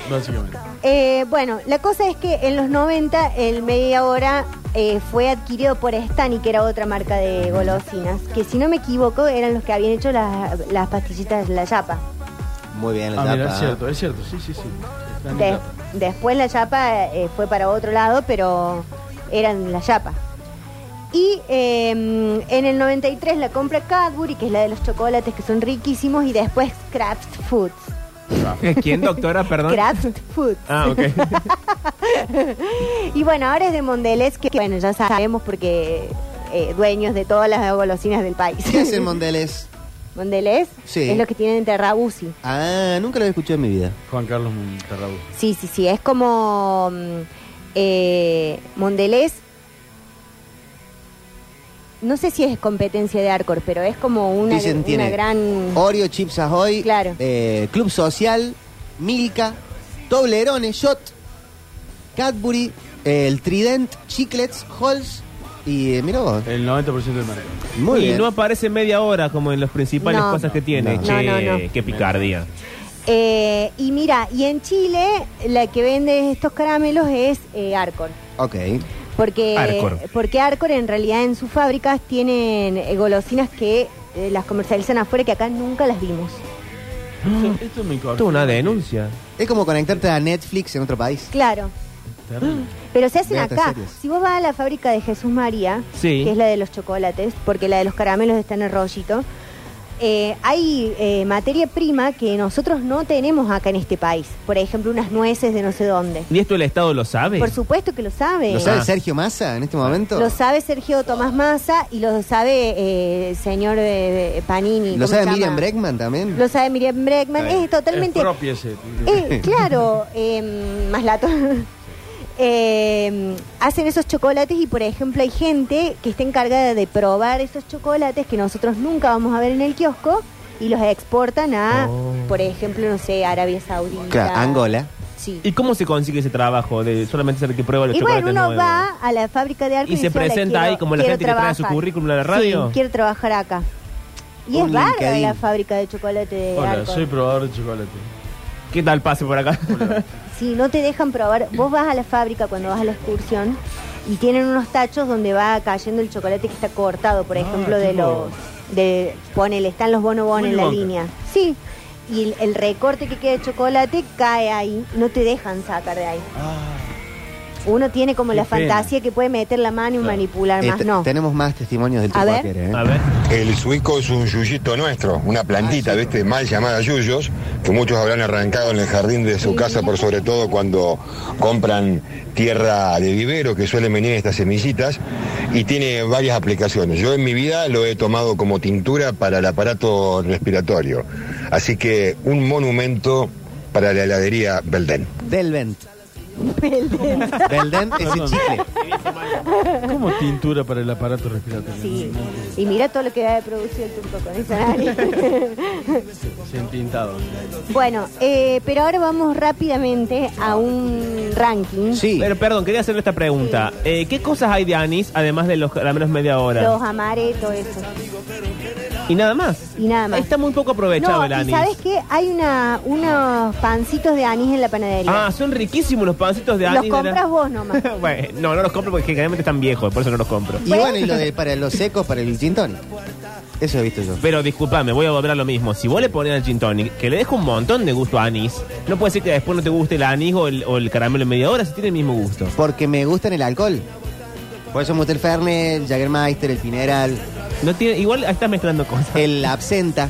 Speaker 5: Básicamente.
Speaker 3: Eh, bueno, la cosa es que en los 90 el media hora eh, fue adquirido por Stani, que era otra marca de golosinas, que si no me equivoco eran los que habían hecho las, las pastillitas de la chapa.
Speaker 1: Muy bien, la
Speaker 5: Ah, mira,
Speaker 1: tapa.
Speaker 5: es cierto, es cierto, sí, sí, sí. Está en
Speaker 3: De-
Speaker 5: la-
Speaker 3: después la chapa eh, fue para otro lado, pero eran la chapa. Y eh, en el 93 la compra Cadbury, que es la de los chocolates que son riquísimos, y después Kraft Foods.
Speaker 2: ¿Quién, doctora? Perdón.
Speaker 3: Kraft Foods.
Speaker 2: Ah, ok.
Speaker 3: Y bueno, ahora es de Mondelez, que bueno, ya sabemos porque eh, dueños de todas las golosinas del país.
Speaker 1: ¿Qué hacen Mondeles?
Speaker 3: Mondelez
Speaker 1: Sí.
Speaker 3: es lo que tienen en Terrabusi.
Speaker 1: Ah, nunca lo he escuchado en mi vida.
Speaker 5: Juan Carlos Monterrabú.
Speaker 3: Sí, sí, sí, es como mm, eh, Mondelez. No sé si es competencia de Arcor, pero es como una,
Speaker 1: Dicen
Speaker 3: una
Speaker 1: tiene Oh.
Speaker 3: gran...
Speaker 1: Oreo, Chips Ahoy,
Speaker 3: Claro.
Speaker 1: eh, Club Social, Milka, Toblerone, Shot, Cadbury, eh, el Trident, Chiclets, Halls y eh, mira vos,
Speaker 5: El 90% del mercado.
Speaker 3: Ah.
Speaker 1: muy
Speaker 2: y
Speaker 1: bien.
Speaker 2: no aparece media hora como en las principales
Speaker 3: No.
Speaker 2: cosas que tiene.
Speaker 1: No.
Speaker 2: Che,
Speaker 3: No, no, no.
Speaker 2: qué picardía.
Speaker 3: Eh, y mira, y en Chile la que vende estos caramelos es eh, Arcor.
Speaker 1: Ok,
Speaker 3: Porque
Speaker 2: Arcor.
Speaker 3: porque Arcor en realidad en sus fábricas tienen eh, golosinas que eh, las comercializan afuera que acá nunca las vimos.
Speaker 5: Esto me corta.
Speaker 2: Esto es una denuncia.
Speaker 1: es como conectarte a Netflix en otro país.
Speaker 3: Claro.
Speaker 5: Terrible.
Speaker 3: Pero se hacen
Speaker 1: De otras
Speaker 3: acá.
Speaker 1: series.
Speaker 3: Si vos vas a la fábrica de Jesús María,
Speaker 2: Sí.
Speaker 3: que es la de los chocolates, porque la de los caramelos está en el rollito, eh, hay eh, materia prima que nosotros no tenemos acá en este país. Por ejemplo, unas nueces de no sé dónde.
Speaker 2: ¿Y esto el Estado lo sabe?
Speaker 3: Por supuesto que lo sabe.
Speaker 1: ¿Lo sabe
Speaker 2: Ah.
Speaker 1: Sergio Massa en este momento?
Speaker 3: Lo sabe Sergio Tomás Massa y lo sabe eh, el señor eh, Panini.
Speaker 1: ¿Lo
Speaker 3: ¿cómo
Speaker 1: sabe
Speaker 3: se
Speaker 1: Miriam
Speaker 3: llama?
Speaker 1: Breckman también?
Speaker 3: Lo sabe Miriam Breckman. Es totalmente...
Speaker 5: Es propio ese.
Speaker 3: Eh, claro, em, más lato. Em, hacen esos chocolates y, por ejemplo, hay gente que está encargada de probar esos chocolates que nosotros nunca vamos a ver en el kiosco y los exportan a,
Speaker 2: Oh.
Speaker 3: por ejemplo, no sé, Arabia Saudita.
Speaker 1: Claro, Angola.
Speaker 3: Sí.
Speaker 2: ¿Y cómo se consigue ese trabajo de solamente ser el que prueba los
Speaker 3: Y
Speaker 2: chocolates
Speaker 3: bueno, uno
Speaker 2: nuevos?
Speaker 3: va a la fábrica de arte
Speaker 2: Y se presenta ahí como la gente que trae su currículum a la radio.
Speaker 3: quiero trabajar acá. Y
Speaker 1: Un
Speaker 3: es bárbara
Speaker 1: LinkedIn.
Speaker 3: la fábrica de chocolate de
Speaker 5: Hola,
Speaker 3: Arcor.
Speaker 5: soy probador de chocolate.
Speaker 2: ¿Qué tal pase por acá?
Speaker 3: Sí, no te dejan probar. Vos vas a la fábrica cuando vas a la excursión y tienen unos tachos donde va cayendo el chocolate que está cortado, por ejemplo, de
Speaker 5: Ah, tipo-
Speaker 3: los. De, ponele, están los bonobón
Speaker 5: Willy
Speaker 3: en la
Speaker 5: Wonka.
Speaker 3: línea. Sí. Y el, el recorte que queda de chocolate cae ahí. No te dejan sacar de ahí. Uno tiene como
Speaker 5: Ah. Qué
Speaker 3: la
Speaker 5: pena.
Speaker 3: fantasía que puede meter la mano y manipular
Speaker 1: Eh,
Speaker 3: más.
Speaker 1: te-
Speaker 3: No.
Speaker 1: Tenemos más testimonios del
Speaker 3: A ver.
Speaker 1: Tupac, ¿eh?
Speaker 2: A ver.
Speaker 6: El suico es un yuyito nuestro, una plantita, ¿viste? Mal llamada yuyos, que muchos habrán arrancado en el jardín de su casa, por sobre todo cuando compran tierra de vivero, que suelen venir estas semillitas, y tiene varias aplicaciones. Yo en mi vida lo he tomado como tintura para el aparato respiratorio. Así que un monumento para la heladería Belden.
Speaker 1: Del Vent. Del Vent es el chicle.
Speaker 5: ¿Cómo tintura para el aparato respiratorio?
Speaker 3: Sí. Y mira todo lo que ha producido el turco con esa nariz.
Speaker 5: Se han tintado.
Speaker 3: Bueno, eh, pero ahora vamos rápidamente a un ranking.
Speaker 1: Sí.
Speaker 2: Pero perdón, quería hacerle esta pregunta. Eh, ¿Qué cosas hay de anís además de los caramelos media hora?
Speaker 3: Los amaré, todo eso.
Speaker 2: Y nada más.
Speaker 3: Y nada más.
Speaker 2: Está muy poco aprovechado
Speaker 3: no,
Speaker 2: el
Speaker 3: y
Speaker 2: anís.
Speaker 3: ¿sabes qué? Hay una, unos pancitos de anís en la panadería.
Speaker 2: Ah, son riquísimos los pancitos de anís.
Speaker 3: los
Speaker 2: de la-
Speaker 3: compras vos nomás.
Speaker 2: Bueno, no, no los compro porque generalmente están viejos, por eso no los compro.
Speaker 1: Y bueno, y lo de para los secos, para el gin tonic. Eso he visto yo.
Speaker 2: Pero disculpame, voy a volver a lo mismo. Si vos le pones al gin tonic, que le deja un montón de gusto a anís, no puede ser que después no te guste el anís o el, o el caramelo en media hora si tiene el mismo gusto.
Speaker 1: Porque me gustan el alcohol. Por eso me gusta el Fernet, el Jagermeister, el Pineral,
Speaker 2: No tiene, igual ahí estás mezclando cosas.
Speaker 1: el Absenta.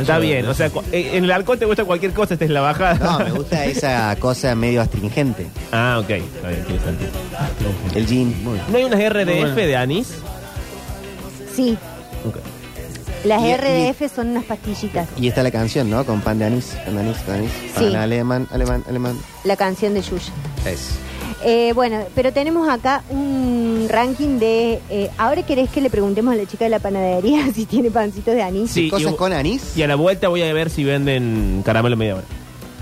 Speaker 2: Está bien, o sea, cu- eh, en el alcohol te gusta cualquier cosa, esta es la bajada.
Speaker 1: No, me gusta esa cosa medio astringente.
Speaker 2: Ah, ok, está bien, tiene sentido.
Speaker 1: El gin. muy bien.
Speaker 2: ¿No hay unas RDF de anís?
Speaker 3: Sí,
Speaker 2: Ok.
Speaker 3: las
Speaker 1: Y- y-
Speaker 3: RDF son unas pastillitas.
Speaker 1: Y está la canción, ¿no? Con pan de anís, pan de anís, pan de anís.
Speaker 3: Sí.
Speaker 1: Pan alemán, alemán, alemán.
Speaker 3: La canción de Yuya.
Speaker 1: Es.
Speaker 3: Eh, bueno, pero tenemos acá un ranking de. eh, ahora querés que le preguntemos a la chica de la panadería si tiene pancitos de anís.
Speaker 2: Sí,
Speaker 1: ¿Cosas
Speaker 2: y-
Speaker 1: con anís?
Speaker 2: Y a la vuelta voy a ver si venden caramelo media hora.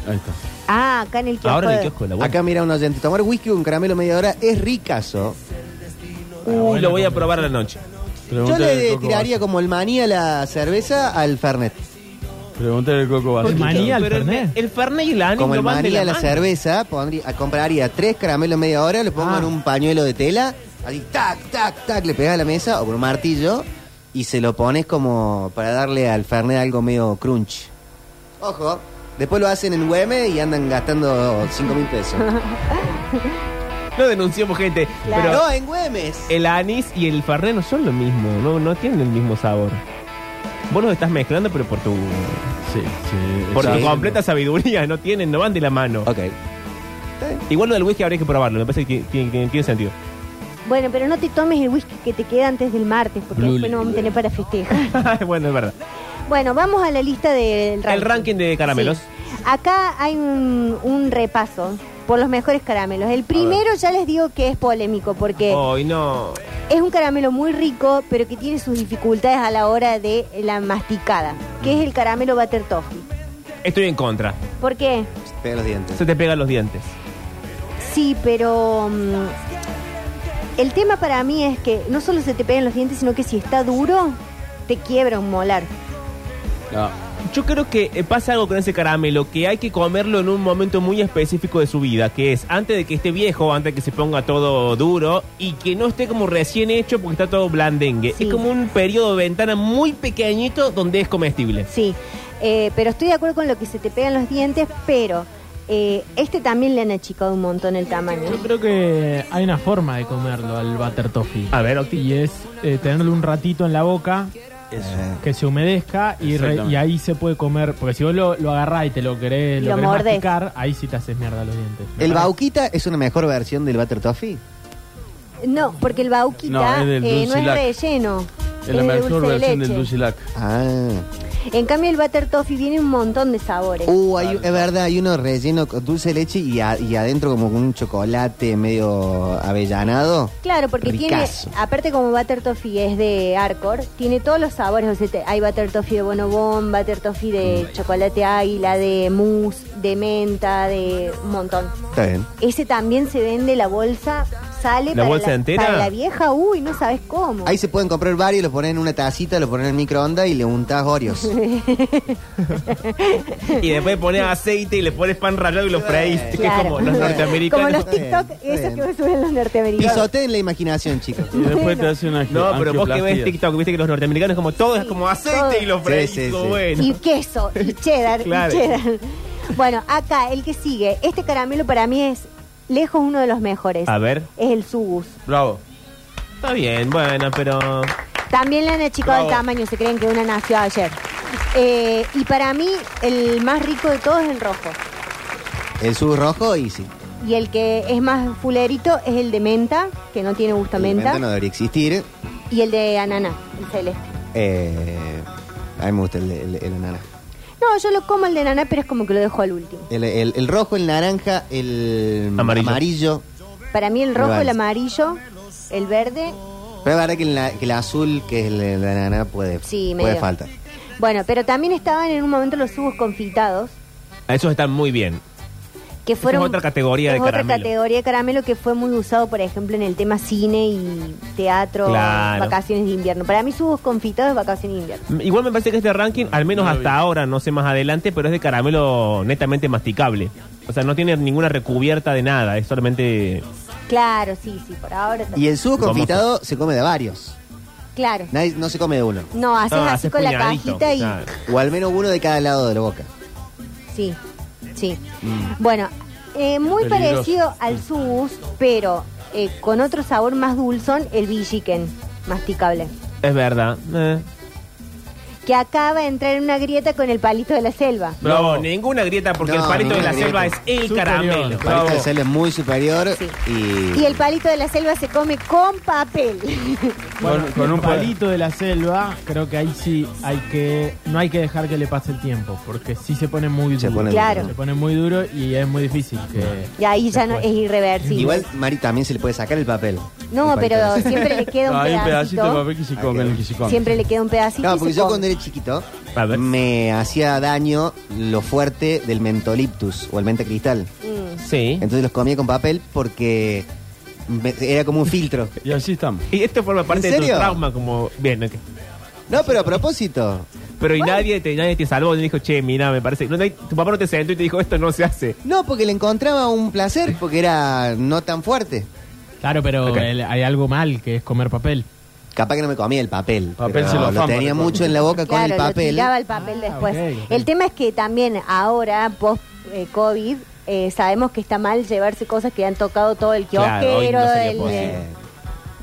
Speaker 5: Ahí está.
Speaker 3: Ah, acá en el kiosco.
Speaker 2: Ahora en el
Speaker 3: de-
Speaker 2: kiosco de la vuelta.
Speaker 1: Acá mira un oyente. Tomar whisky con caramelo media hora es ricazo. Ah,
Speaker 2: Uy, lo voy a probar a la noche.
Speaker 1: Yo
Speaker 5: Pregúntale al
Speaker 1: le
Speaker 5: Coco
Speaker 1: tiraría como el maní a la cerveza al Fernet.
Speaker 5: Bassi. Pregúntale al Coco Bassi.
Speaker 4: ¿Por qué? Maní al
Speaker 2: Pero el,
Speaker 4: Fernet.
Speaker 2: el Fernet y el anís
Speaker 1: Como
Speaker 2: no
Speaker 1: el
Speaker 2: van de
Speaker 1: maní a la
Speaker 2: mano.
Speaker 1: cerveza, pondría, compraría tres caramelos media hora, le pongo
Speaker 4: Ah.
Speaker 1: en un pañuelo de tela, así tac, tac, tac, le pegas a la mesa o con un martillo y se lo pones como para darle al Fernet algo medio crunch. Ojo, después lo hacen en UM y andan gastando cinco mil pesos.
Speaker 2: No denunciamos gente,
Speaker 3: Claro.
Speaker 2: pero
Speaker 1: no, en Güemes.
Speaker 2: el anís y el Fernet no son lo mismo, no, no tienen el mismo sabor. Vos los estás mezclando, pero por tu,
Speaker 5: Sí, sí.
Speaker 2: por tu
Speaker 1: Sí.
Speaker 2: completa sabiduría, no tienen, no van de la mano.
Speaker 1: Ok.
Speaker 2: Ah, Igual lo del whisky habría que probarlo, me parece que tiene, tiene- tiene sentido.
Speaker 3: Bueno, pero no te tomes el whisky que te queda antes del martes, porque
Speaker 4: Blue
Speaker 3: después no vamos a tener para festejar.
Speaker 2: bueno, es verdad.
Speaker 3: Bueno, vamos a la lista del ranking.
Speaker 2: El ranking de caramelos.
Speaker 3: Sí. Acá hay un, un repaso por los mejores caramelos. El primero ya les digo que es polémico, porque
Speaker 2: Hoy no.
Speaker 3: es un caramelo muy rico, pero que tiene sus dificultades a la hora de la masticada, que
Speaker 2: Mm.
Speaker 3: es el caramelo butter toffee.
Speaker 2: Estoy en contra.
Speaker 3: ¿Por qué?
Speaker 1: Pega los dientes.
Speaker 2: Se te pegan los dientes.
Speaker 3: Sí, pero mm, el tema para mí es que no solo se te pegan los dientes, sino que si está duro, te quiebra un molar.
Speaker 5: No.
Speaker 2: Yo creo que eh, pasa algo con ese caramelo, que hay que comerlo en un momento muy específico de su vida, que es antes de que esté viejo, antes de que se ponga todo duro y que no esté como recién hecho porque está todo blandengue.
Speaker 3: Sí.
Speaker 2: Es como un periodo de ventana muy pequeñito donde es comestible.
Speaker 3: Sí, eh, pero estoy de acuerdo con lo que se te pegan los dientes, pero eh, este también le han achicado un montón el tamaño.
Speaker 4: Yo creo que hay una forma de comerlo al butter toffee.
Speaker 2: A ver, Octi.
Speaker 4: Y es eh, tenerlo un ratito en la boca, que se humedezca y, re-
Speaker 5: Exactamente.
Speaker 4: y ahí se puede comer. Porque si vos lo, lo agarrás y te lo querés,
Speaker 3: Lo
Speaker 4: lo querés
Speaker 3: mordés.
Speaker 4: masticar, ahí sí te haces mierda los dientes.
Speaker 1: ¿El Bauquita es una mejor versión del Butter Toffee?
Speaker 3: No, porque el
Speaker 5: No,
Speaker 3: bauquita
Speaker 5: es
Speaker 3: eh,
Speaker 5: del
Speaker 3: no es,
Speaker 5: Dulcilac.
Speaker 3: relleno.
Speaker 5: Es la
Speaker 3: es de
Speaker 5: mejor
Speaker 3: dulce de
Speaker 5: versión del
Speaker 3: leche.
Speaker 5: Dulcilac.
Speaker 1: Ah.
Speaker 3: En cambio, el butter toffee viene un montón de sabores.
Speaker 1: Uh, hay- es verdad, hay uno relleno con dulce de leche y, a- y adentro como con un chocolate medio avellanado.
Speaker 3: Claro, porque
Speaker 1: Ricazo.
Speaker 3: tiene, aparte como Butter Toffee es de Arcor, tiene todos los sabores. O sea, te- hay Butter Toffee de Bonobon, Butter Toffee de
Speaker 5: Mm.
Speaker 3: chocolate águila, de mousse, de menta, de un montón.
Speaker 1: Está bien.
Speaker 3: Ese también se vende la bolsa, sale
Speaker 2: ¿La
Speaker 3: para,
Speaker 2: bolsa
Speaker 3: la,
Speaker 2: entera?
Speaker 3: para la vieja, uy, no sabes cómo.
Speaker 1: Ahí se pueden comprar varios, los ponen en una tacita, los ponen en el microondas y le untás Oreos.
Speaker 2: Y después pones aceite y le pones pan rallado y lo freís, que es
Speaker 3: Claro.
Speaker 2: como los norteamericanos.
Speaker 3: Como los
Speaker 1: Está bien,
Speaker 3: TikTok,
Speaker 1: está
Speaker 3: esos que
Speaker 1: bien.
Speaker 3: me suben los norteamericanos.
Speaker 1: Pisoteen la imaginación, chicos.
Speaker 5: Y después te hace una
Speaker 2: No, pero vos que ves
Speaker 5: angioplastia.
Speaker 2: TikTok, viste que los norteamericanos como todo es
Speaker 3: Sí,
Speaker 2: como aceite
Speaker 3: todo.
Speaker 2: y lo
Speaker 1: Sí,
Speaker 2: freís.
Speaker 1: sí,
Speaker 2: como
Speaker 1: sí.
Speaker 2: bueno.
Speaker 3: Y queso, y cheddar,
Speaker 2: Claro.
Speaker 3: y cheddar. Bueno, acá, el que sigue. Este caramelo para mí es lejos uno de los mejores.
Speaker 2: A ver.
Speaker 3: Es el Sugus.
Speaker 5: Bravo.
Speaker 2: Está bien, bueno, pero...
Speaker 3: También le han achicado el
Speaker 5: Bravo.
Speaker 3: tamaño, se creen que una nació ayer. Eh, y para mí, el más rico de todos es el rojo.
Speaker 1: El sub rojo y sí.
Speaker 3: Y el que es más fulerito es el de menta, que no tiene gusto a
Speaker 1: El
Speaker 3: menta.
Speaker 1: menta no debería existir.
Speaker 3: Y el de ananá, el celeste.
Speaker 1: Eh, a mí me gusta el, el, el naranja.
Speaker 3: No, yo lo como el de ananá, pero es como que lo dejo al último.
Speaker 1: El, el- el rojo, el naranja, el
Speaker 2: Amarillo.
Speaker 1: amarillo.
Speaker 3: Para mí, el rojo,
Speaker 1: Vale.
Speaker 3: el amarillo, el verde.
Speaker 1: Pero es verdad que el, na- que el azul, que es el de la nana, puede,
Speaker 3: Sí,
Speaker 1: puede
Speaker 3: medio.
Speaker 1: faltar.
Speaker 3: Bueno, pero también estaban en un momento los subos confitados.
Speaker 2: Esos están muy bien.
Speaker 3: que fueron
Speaker 2: es otra categoría
Speaker 3: es
Speaker 2: de
Speaker 3: otra
Speaker 2: caramelo.
Speaker 3: categoría de caramelo que fue muy usado por ejemplo en el tema cine y teatro
Speaker 2: Claro.
Speaker 3: vacaciones de invierno para mí subos confitados es vacaciones de invierno
Speaker 2: M- Igual me parece que este ranking, al menos hasta ahora, no sé más adelante, pero es de caramelo netamente masticable. O sea, no tiene ninguna recubierta de nada, es solamente...
Speaker 3: claro sí sí por ahora
Speaker 1: Y el sub
Speaker 2: Vamos a-
Speaker 1: confitado se come de varios.
Speaker 3: claro
Speaker 1: Nadie, no se come de uno.
Speaker 3: no haces
Speaker 2: Ah,
Speaker 3: así
Speaker 2: haces
Speaker 3: con la
Speaker 2: puñadito,
Speaker 3: cajita y
Speaker 2: claro.
Speaker 1: O al menos uno de cada lado de la boca.
Speaker 3: sí sí bueno eh, muy
Speaker 5: Mm. Peligroso.
Speaker 3: parecido al subus pero eh, con otro sabor más dulzón el villiquen masticable.
Speaker 2: Es verdad. Eh.
Speaker 3: Que acaba de entrar en una grieta con el palito de la selva.
Speaker 2: No, ninguna grieta porque
Speaker 1: No,
Speaker 2: el palito de la
Speaker 1: ninguna
Speaker 2: selva es
Speaker 1: grieta.
Speaker 2: el
Speaker 4: Superior.
Speaker 2: caramelo.
Speaker 1: El palito de sal es muy superior
Speaker 3: Sí.
Speaker 1: y...
Speaker 3: Y el palito de la selva se come con papel.
Speaker 5: Con, con un palito.
Speaker 4: palito de la selva, creo que ahí sí hay que no hay que dejar que le pase el tiempo, porque sí se pone muy
Speaker 1: Se
Speaker 4: duro.
Speaker 1: pone
Speaker 3: Claro.
Speaker 1: duro.
Speaker 4: Se pone muy duro y es muy difícil que
Speaker 3: y ahí ya no es irreversible.
Speaker 1: Igual, Mari, también se le puede sacar el papel.
Speaker 3: no,
Speaker 1: El palito de
Speaker 3: pero
Speaker 1: la sal.
Speaker 3: siempre le queda un
Speaker 5: Hay un
Speaker 3: pedacito.
Speaker 5: pedacito de papel que se
Speaker 1: Ah,
Speaker 5: come,
Speaker 1: quedó.
Speaker 5: el que se come.
Speaker 3: Siempre le queda un pedacito.
Speaker 1: Claro,
Speaker 3: y
Speaker 1: porque
Speaker 3: se
Speaker 1: yo
Speaker 3: come.
Speaker 1: cuando era chiquito
Speaker 2: A ver.
Speaker 1: me hacía daño lo fuerte del mentoliptus o el mente cristal.
Speaker 3: Mm.
Speaker 2: Sí.
Speaker 1: Entonces los comía con papel porque me- era como un filtro.
Speaker 5: Y así estamos.
Speaker 2: Y esto forma parte de tu
Speaker 1: serio?
Speaker 2: trauma como... Bien, ok.
Speaker 1: No, pero a propósito.
Speaker 2: Pero y nadie te, nadie te salvó, nadie dijo, che, mira, me parece... no, nadie- tu papá no te sentó y te dijo, esto no se hace.
Speaker 1: No, porque le encontraba un placer porque era no tan fuerte.
Speaker 4: Claro, pero
Speaker 2: Ok.
Speaker 4: el- hay algo mal que es comer papel.
Speaker 1: Capaz que no me comía el papel.
Speaker 5: Papel
Speaker 1: pero
Speaker 5: se lo
Speaker 1: lo
Speaker 5: afan,
Speaker 1: tenía
Speaker 5: por
Speaker 1: mucho en la boca con el
Speaker 3: Claro, lo
Speaker 1: papel.
Speaker 3: tiraba el papel
Speaker 4: Ah,
Speaker 3: después.
Speaker 4: ok, ok.
Speaker 3: El tema es que también ahora, post eh, COVID, eh, sabemos que está mal llevarse cosas que han tocado todo el kiosquero.
Speaker 2: Claro, hoy no sería
Speaker 3: el-
Speaker 2: posible.
Speaker 1: Eh,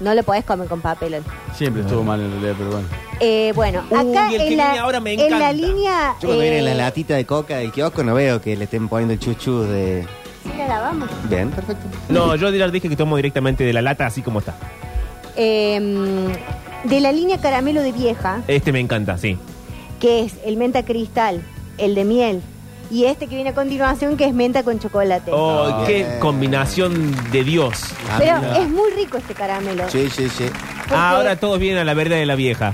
Speaker 3: no lo podés comer con papel. hoy.
Speaker 5: Siempre estuvo mal en realidad, pero bueno.
Speaker 3: Eh, bueno,
Speaker 2: Uy,
Speaker 3: acá
Speaker 2: el que
Speaker 3: en, la,
Speaker 2: viene ahora me
Speaker 3: en la
Speaker 2: encanta.
Speaker 3: línea...
Speaker 1: Yo cuando viene
Speaker 3: eh,
Speaker 1: la latita de coca del kiosco no veo que le estén poniendo el chuchu de...
Speaker 3: sí, la lavamos.
Speaker 1: Bien, perfecto.
Speaker 2: No, yo ya dije que tomo directamente de la lata así como está.
Speaker 3: Eh, de la línea caramelo de vieja,
Speaker 2: Este me encanta, sí.
Speaker 3: que es el menta cristal, el de miel, y este que viene a continuación, que es menta con chocolate.
Speaker 2: Oh,
Speaker 1: Ah.
Speaker 2: qué combinación de Dios.
Speaker 1: Ah,
Speaker 3: Pero
Speaker 1: mira.
Speaker 3: es muy rico este caramelo.
Speaker 1: Sí, sí, sí.
Speaker 3: porque-
Speaker 2: Ah, Ahora todos vienen a la vereda de la vieja.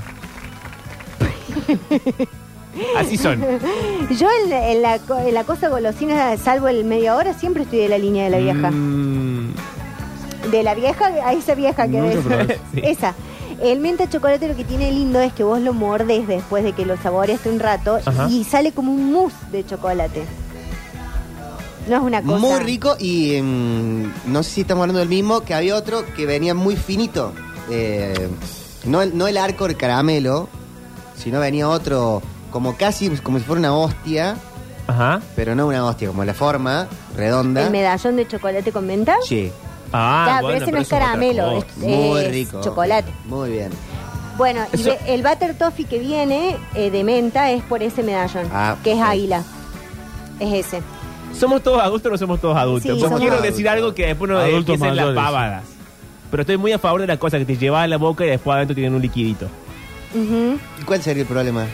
Speaker 2: Así son.
Speaker 3: Yo en, la- en la, co- en la cosa golosina, salvo el media hora, siempre estoy de la línea de la vieja.
Speaker 2: Mm,
Speaker 3: De la vieja, a esa vieja que
Speaker 5: Nunca
Speaker 3: ves.
Speaker 5: probé.
Speaker 2: Sí.
Speaker 3: Esa. El menta chocolate lo que tiene lindo es que vos lo mordes después de que lo saboreaste un rato
Speaker 2: Ajá.
Speaker 3: y sale como un mousse de chocolate. No es una cosa.
Speaker 1: Muy rico y mm, no sé si estamos hablando del mismo, que había otro que venía muy finito. Eh, no, el, no el arco del caramelo, sino venía otro como casi como si fuera una hostia,
Speaker 2: Ajá.
Speaker 1: pero no una hostia, como la forma redonda.
Speaker 3: El medallón de chocolate con menta.
Speaker 1: Sí,
Speaker 2: Ah,
Speaker 3: Ya, pero
Speaker 2: bueno,
Speaker 3: ese no es
Speaker 2: eso otra
Speaker 3: caramelo,
Speaker 2: cosa.
Speaker 3: es-
Speaker 1: muy rico.
Speaker 3: chocolate.
Speaker 1: Muy bien.
Speaker 3: Bueno, y
Speaker 2: Eso-
Speaker 3: ve- el butter toffee que viene eh, de menta es por ese medallón,
Speaker 1: Ah,
Speaker 3: que es
Speaker 1: ok.
Speaker 3: águila. Es ese.
Speaker 2: ¿Somos todos adultos o no somos todos adultos?
Speaker 3: Sí,
Speaker 2: Porque
Speaker 3: somos
Speaker 2: quiero
Speaker 1: adultos.
Speaker 2: decir algo que después no
Speaker 5: Adultos
Speaker 2: empiecen las
Speaker 5: mayores.
Speaker 2: pavadas. Pero estoy muy a favor de la cosa que te lleva a la boca y después adentro tienen un liquidito.
Speaker 3: Ujú.
Speaker 1: ¿Y ¿Cuál sería el problema?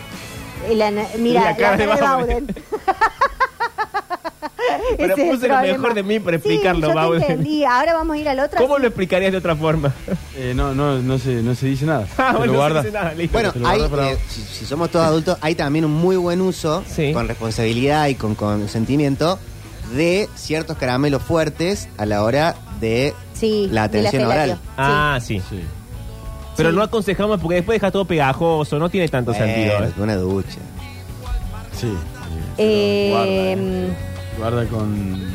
Speaker 3: Y la na- mira,
Speaker 2: La
Speaker 3: la,
Speaker 2: cara de
Speaker 3: cara de
Speaker 2: Bauden.
Speaker 3: Bauden.
Speaker 2: Pero
Speaker 3: Ese es el
Speaker 2: puse lo
Speaker 3: problema.
Speaker 2: mejor de mí para
Speaker 3: Sí,
Speaker 2: explicarlo,
Speaker 3: yo te
Speaker 2: Bauden.
Speaker 3: entendí. Ahora vamos a ir al otro.
Speaker 2: ¿Cómo lo explicarías de otra forma?
Speaker 5: Eh, no, no, no se, no se dice nada.
Speaker 2: Ah, bueno,
Speaker 5: Te lo
Speaker 2: no se
Speaker 5: guardas.
Speaker 2: dice nada, listo.
Speaker 1: Bueno,
Speaker 5: Te lo
Speaker 1: hay,
Speaker 5: guardo para-
Speaker 1: eh, si, si somos todos adultos, hay también un muy buen uso,
Speaker 2: Sí.
Speaker 1: con responsabilidad y con consentimiento, de ciertos caramelos fuertes a la hora de
Speaker 3: Sí,
Speaker 1: la
Speaker 3: de la
Speaker 1: atención
Speaker 3: felatio.
Speaker 1: oral.
Speaker 3: Sí.
Speaker 2: Ah, sí.
Speaker 5: Sí.
Speaker 2: Pero
Speaker 3: Sí.
Speaker 2: no aconsejamos porque después deja todo pegajoso, no tiene tanto
Speaker 1: Bueno,
Speaker 2: sentido. ¿eh?
Speaker 1: Una ducha.
Speaker 5: Sí. sí,
Speaker 3: Eh,
Speaker 5: pero guarda, eh. Guarda con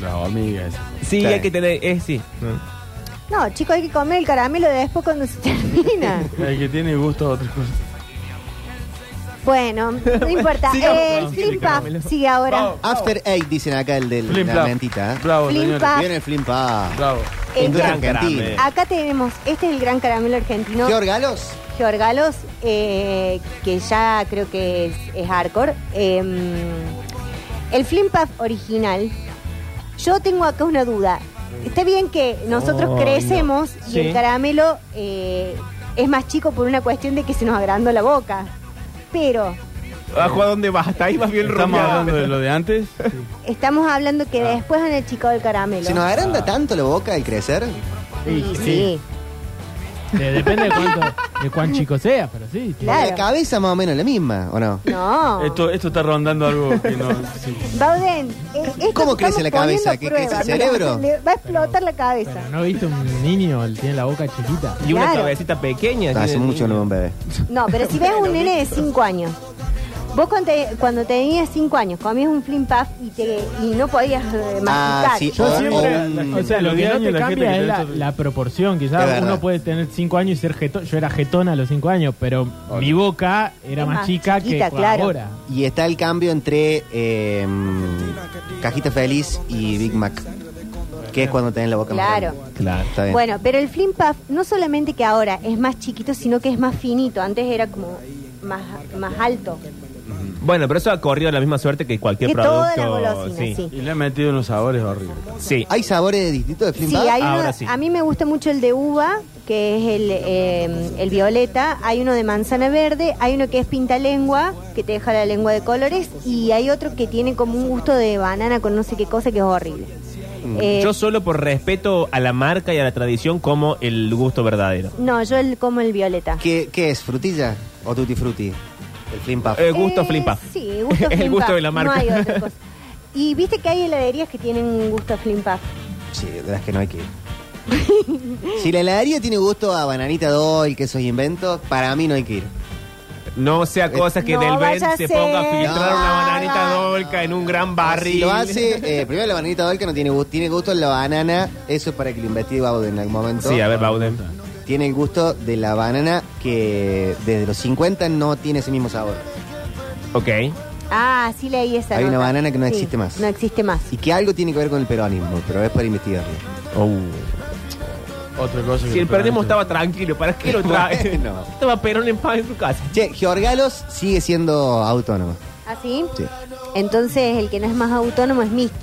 Speaker 5: las hormigas.
Speaker 2: Sí,
Speaker 1: Sí.
Speaker 2: hay que tener. eh, sí.
Speaker 3: No, chicos, hay que comer el caramelo de después cuando se termina.
Speaker 5: El que tiene gusto a otras cosas.
Speaker 3: bueno, no importa.
Speaker 2: Sigamos,
Speaker 3: Eh, el
Speaker 2: vamos,
Speaker 3: flip
Speaker 2: el caramelo.
Speaker 3: up sigue ahora.
Speaker 2: Vamos.
Speaker 1: After Eight, dicen acá el de
Speaker 5: Flim
Speaker 1: la
Speaker 5: flap.
Speaker 1: mentita. ¿eh?
Speaker 5: Bravo,
Speaker 3: Flim
Speaker 5: señores.
Speaker 3: flap.
Speaker 1: Viene el flim pa.
Speaker 5: Bravo.
Speaker 3: El
Speaker 1: Un gran
Speaker 3: gran-
Speaker 1: argentino.
Speaker 2: caramelo.
Speaker 3: acá tenemos, este es el gran caramelo argentino.
Speaker 1: Georgalos.
Speaker 3: Georgalos, eh, que ya creo que es, es hardcore. eh, el Flimpaf original, yo tengo acá una duda. Está bien que nosotros
Speaker 2: Oh,
Speaker 3: crecemos
Speaker 2: no.
Speaker 3: y
Speaker 2: Sí.
Speaker 3: el caramelo eh, es más chico por una cuestión de que se nos agrandó la boca. Pero
Speaker 2: Bajo a dónde vas, hasta ahí vas bien
Speaker 5: Estamos
Speaker 2: rumbeado.
Speaker 5: hablando de lo de antes.
Speaker 3: estamos hablando que
Speaker 1: Ah.
Speaker 3: después han achicado el caramelo.
Speaker 1: ¿Se nos agranda tanto la boca al crecer?
Speaker 3: Y
Speaker 4: Sí,
Speaker 3: sí,
Speaker 4: sí. Eh, depende de, cuánto, de cuán chico sea, pero sí. sí.
Speaker 3: Claro.
Speaker 1: La cabeza más o menos la misma, ¿o no?
Speaker 3: No.
Speaker 5: Esto, esto está rondando algo que no. sí.
Speaker 3: Bauden, eh, esto
Speaker 1: ¿Cómo
Speaker 3: que estamos
Speaker 1: crece la cabeza?
Speaker 3: poniendo
Speaker 1: ¿Que
Speaker 3: a prueba,
Speaker 1: crece el
Speaker 3: mira,
Speaker 1: cerebro?
Speaker 3: le va a explotar la cabeza.
Speaker 4: Pero no viste un niño, él tiene la boca chiquita.
Speaker 2: Y una
Speaker 3: Claro.
Speaker 2: cabecita pequeña.
Speaker 1: Hace
Speaker 2: tiene-
Speaker 1: mucho no veo un bebé.
Speaker 3: No, pero si ves un nene de 5 años, vos cuando, te- cuando tenías 5 años comías un flim puff y, te, y no podías eh, masticar.
Speaker 1: Ah, sí.
Speaker 4: Yo
Speaker 1: o-
Speaker 4: siempre-
Speaker 1: o un-
Speaker 4: O sea, lo que no te cambia es la, la proporción.
Speaker 1: Es
Speaker 4: Quizás
Speaker 1: verdad.
Speaker 4: uno puede tener 5 años y ser jetón. Yo era jetón a los 5 años, pero mi boca era
Speaker 3: Es
Speaker 4: más
Speaker 3: más
Speaker 4: chica
Speaker 3: chiquita,
Speaker 4: que
Speaker 3: claro.
Speaker 4: ahora.
Speaker 1: Y está el cambio entre eh, Cajita Feliz y Big Mac. que es cuando tenés la boca más
Speaker 3: Claro.
Speaker 1: grande.
Speaker 2: Claro.
Speaker 1: Está bien.
Speaker 3: Bueno, pero el Flim Puff no solamente que ahora es más chiquito, sino que es más finito. Antes era como más, más alto.
Speaker 2: Bueno, pero eso ha corrido la misma suerte que cualquier
Speaker 3: Que
Speaker 2: producto.
Speaker 3: toda la golosina, sí.
Speaker 5: Y le ha metido unos sabores horribles.
Speaker 2: Sí.
Speaker 1: ¿Hay sabores distintos de Flim
Speaker 3: Sí,
Speaker 1: Puff? Ah,
Speaker 3: hay
Speaker 2: Ahora
Speaker 3: uno,
Speaker 2: sí.
Speaker 3: a mí me gusta mucho el de uva, que es el, eh, el violeta. Hay uno de manzana verde, hay uno que es pintalengua, que te deja la lengua de colores, y hay otro que tiene como un gusto de banana con no sé qué cosa que es horrible.
Speaker 1: Mm.
Speaker 3: Eh,
Speaker 2: Yo solo por respeto a la marca y a la tradición como el gusto verdadero.
Speaker 3: no, yo el- como el violeta.
Speaker 1: ¿Qué, qué es? ¿Frutilla o tutti frutti? El Flim Puff.
Speaker 2: Eh, gusto
Speaker 3: Eh,
Speaker 2: flimpa.
Speaker 3: Sí, gusto
Speaker 2: El
Speaker 3: flimpa.
Speaker 2: gusto de la marca.
Speaker 3: No hay otra cosa. Y viste que hay heladerías que tienen gusto flimpa.
Speaker 1: Sí, de las que no hay que ir. si la heladería tiene gusto a bananita doy, que esos inventos, para mí no hay que ir.
Speaker 2: No sea cosa que
Speaker 3: No
Speaker 2: del Ben
Speaker 3: vaya a
Speaker 2: se ponga a
Speaker 3: ser.
Speaker 2: filtrar una bananita
Speaker 3: No,
Speaker 2: dolca en un gran barril.
Speaker 1: Si lo hace, eh, primero la bananita doy que no tiene gusto, tiene gusto la banana, eso es para que lo investigue Bauden en algún momento.
Speaker 2: Sí, a ver, Bauden.
Speaker 1: Tiene el gusto de la banana que desde los 50 no tiene ese mismo sabor.
Speaker 2: Ok.
Speaker 3: Ah, sí leí esa.
Speaker 1: Hay una
Speaker 3: nota.
Speaker 1: banana que no
Speaker 3: Sí,
Speaker 1: existe más.
Speaker 3: No existe más.
Speaker 1: Y que algo tiene que ver con el peronismo, pero es para investigarlo.
Speaker 5: Otra cosa que
Speaker 2: Si el
Speaker 5: le
Speaker 2: perdemos
Speaker 5: pegan-
Speaker 2: estaba tranquilo, ¿para qué lo trae?
Speaker 1: Bueno.
Speaker 2: Estaba Perón en paz en su casa.
Speaker 1: Che, Georgalos sigue siendo autónomo.
Speaker 3: ¿Ah, sí?
Speaker 1: Sí,
Speaker 3: Entonces el que no es más autónomo es Miski.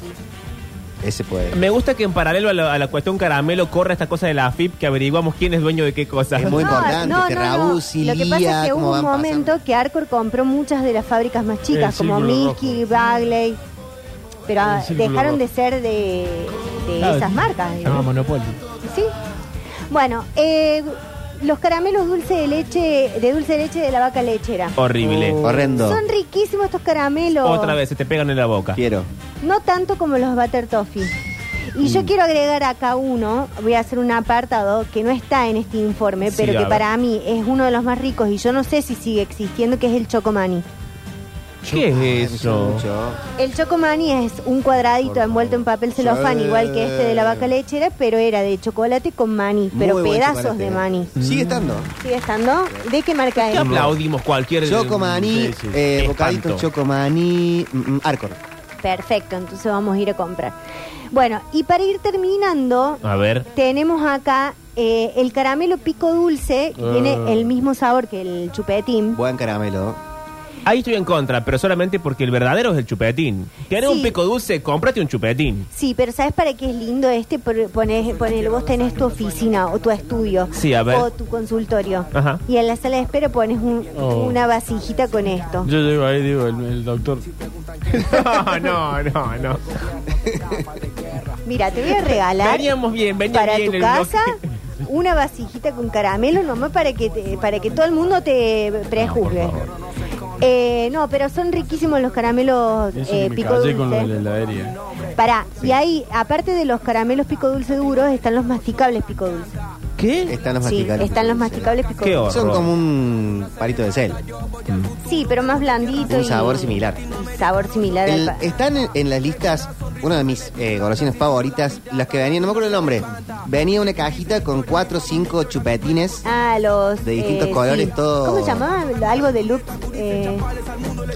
Speaker 1: ese puede.
Speaker 2: Me gusta que en paralelo a la, a la cuestión caramelo corra esta cosa de la AFIP que averiguamos quién es dueño de qué cosa.
Speaker 1: Es muy importante, Terrabuzzi,
Speaker 3: Lo que pasa es que
Speaker 1: Lía, ¿cómo
Speaker 3: hubo un
Speaker 1: van
Speaker 3: momento
Speaker 1: pasando?
Speaker 3: que Arcor compró muchas de las fábricas más chicas,
Speaker 5: El
Speaker 3: como
Speaker 5: Círculo
Speaker 3: Miski, Bagley, pero ah,
Speaker 5: Círculo
Speaker 3: dejaron
Speaker 5: Rojo.
Speaker 3: de ser de, de
Speaker 4: Claro,
Speaker 3: esas marcas.
Speaker 4: Se llama
Speaker 3: digamos.
Speaker 4: Monopoly.
Speaker 3: Sí. Bueno, eh, los caramelos dulce de leche, de dulce de leche de la vaca lechera.
Speaker 2: Horrible.
Speaker 3: Oh.
Speaker 1: Horrendo.
Speaker 3: Son riquísimos estos caramelos.
Speaker 2: Otra vez, se te pegan en la boca.
Speaker 1: Quiero.
Speaker 3: No tanto como los Butter Toffee. Y
Speaker 1: Mm.
Speaker 3: yo quiero agregar acá uno, voy a hacer un apartado que no está en este informe,
Speaker 2: Sí, a
Speaker 3: pero que
Speaker 2: ver.
Speaker 3: para mí es uno de los más ricos y yo no sé si sigue existiendo, que es el Chocomani.
Speaker 2: ¿Qué es
Speaker 1: Ay,
Speaker 2: eso?
Speaker 1: mucho.
Speaker 3: El Chocomani es un cuadradito envuelto en papel celofán,
Speaker 1: Sí.
Speaker 3: igual que este de la vaca lechera, pero era de chocolate con maní,
Speaker 1: Muy
Speaker 3: pero
Speaker 1: buen
Speaker 3: pedazos
Speaker 1: chocolate.
Speaker 3: de maní.
Speaker 1: Sigue estando.
Speaker 3: ¿Sigue estando? ¿De qué marca
Speaker 2: ¿Qué
Speaker 3: es?
Speaker 2: aplaudimos cualquier...
Speaker 1: Chocomaní,
Speaker 5: Sí, sí.
Speaker 1: eh,
Speaker 2: Espanto.
Speaker 1: bocaditos chocomaní, mm, mm, Arcor.
Speaker 3: Perfecto, entonces vamos a ir a comprar. Bueno, y para ir terminando,
Speaker 2: A ver.
Speaker 3: tenemos acá eh, el caramelo pico dulce, que
Speaker 5: Ah.
Speaker 3: tiene el mismo sabor que el chupetín.
Speaker 1: Buen caramelo.
Speaker 2: Ahí estoy en contra, pero solamente porque el verdadero es el chupetín. ¿Querés
Speaker 3: Sí.
Speaker 2: un pico dulce? Cómprate un chupetín.
Speaker 3: Sí, pero ¿sabes para qué es lindo este? Por- Ponés, ponele, vos tenés tu oficina o tu estudio
Speaker 2: Sí, a ver.
Speaker 3: o tu consultorio.
Speaker 2: Ajá.
Speaker 3: Y en la sala de espera pones un-
Speaker 5: Oh.
Speaker 3: una vasijita con esto.
Speaker 5: Yo llego ahí, digo, el, el doctor.
Speaker 2: No, no, no, no.
Speaker 3: Mira, te voy a regalar
Speaker 2: Veníamos bien, veníamos
Speaker 3: para
Speaker 2: bien.
Speaker 3: tu
Speaker 2: el
Speaker 3: casa
Speaker 2: bloque.
Speaker 3: una vasijita con caramelo nomás para que te- para que todo el mundo te prejuzgue. Eh, no, pero son riquísimos los caramelos
Speaker 5: Eso
Speaker 3: eh,
Speaker 5: que me
Speaker 3: pico
Speaker 5: callé con lo de la
Speaker 3: dulce.
Speaker 5: heladería.
Speaker 3: Pará, y ahí, aparte de los caramelos pico dulce duros, están los masticables pico dulce.
Speaker 2: ¿Qué?
Speaker 1: Están los
Speaker 3: Sí,
Speaker 1: masticables.
Speaker 3: están los masticables pico
Speaker 2: Qué
Speaker 3: dulce.
Speaker 2: horror.
Speaker 1: Son como un palito de cel.
Speaker 3: Sí, pero más blandito.
Speaker 1: Un
Speaker 3: y-
Speaker 1: sabor similar.
Speaker 3: y sabor similar. al
Speaker 1: El-
Speaker 3: pa-
Speaker 1: están en, en las listas, una de mis eh, golosinas favoritas, las que venían, no me acuerdo el nombre, venía una cajita con cuatro o cinco chupetines.
Speaker 3: Ah, los...
Speaker 1: de distintos colores, todo-
Speaker 3: ¿Cómo se llamaba? Algo de loop. eh,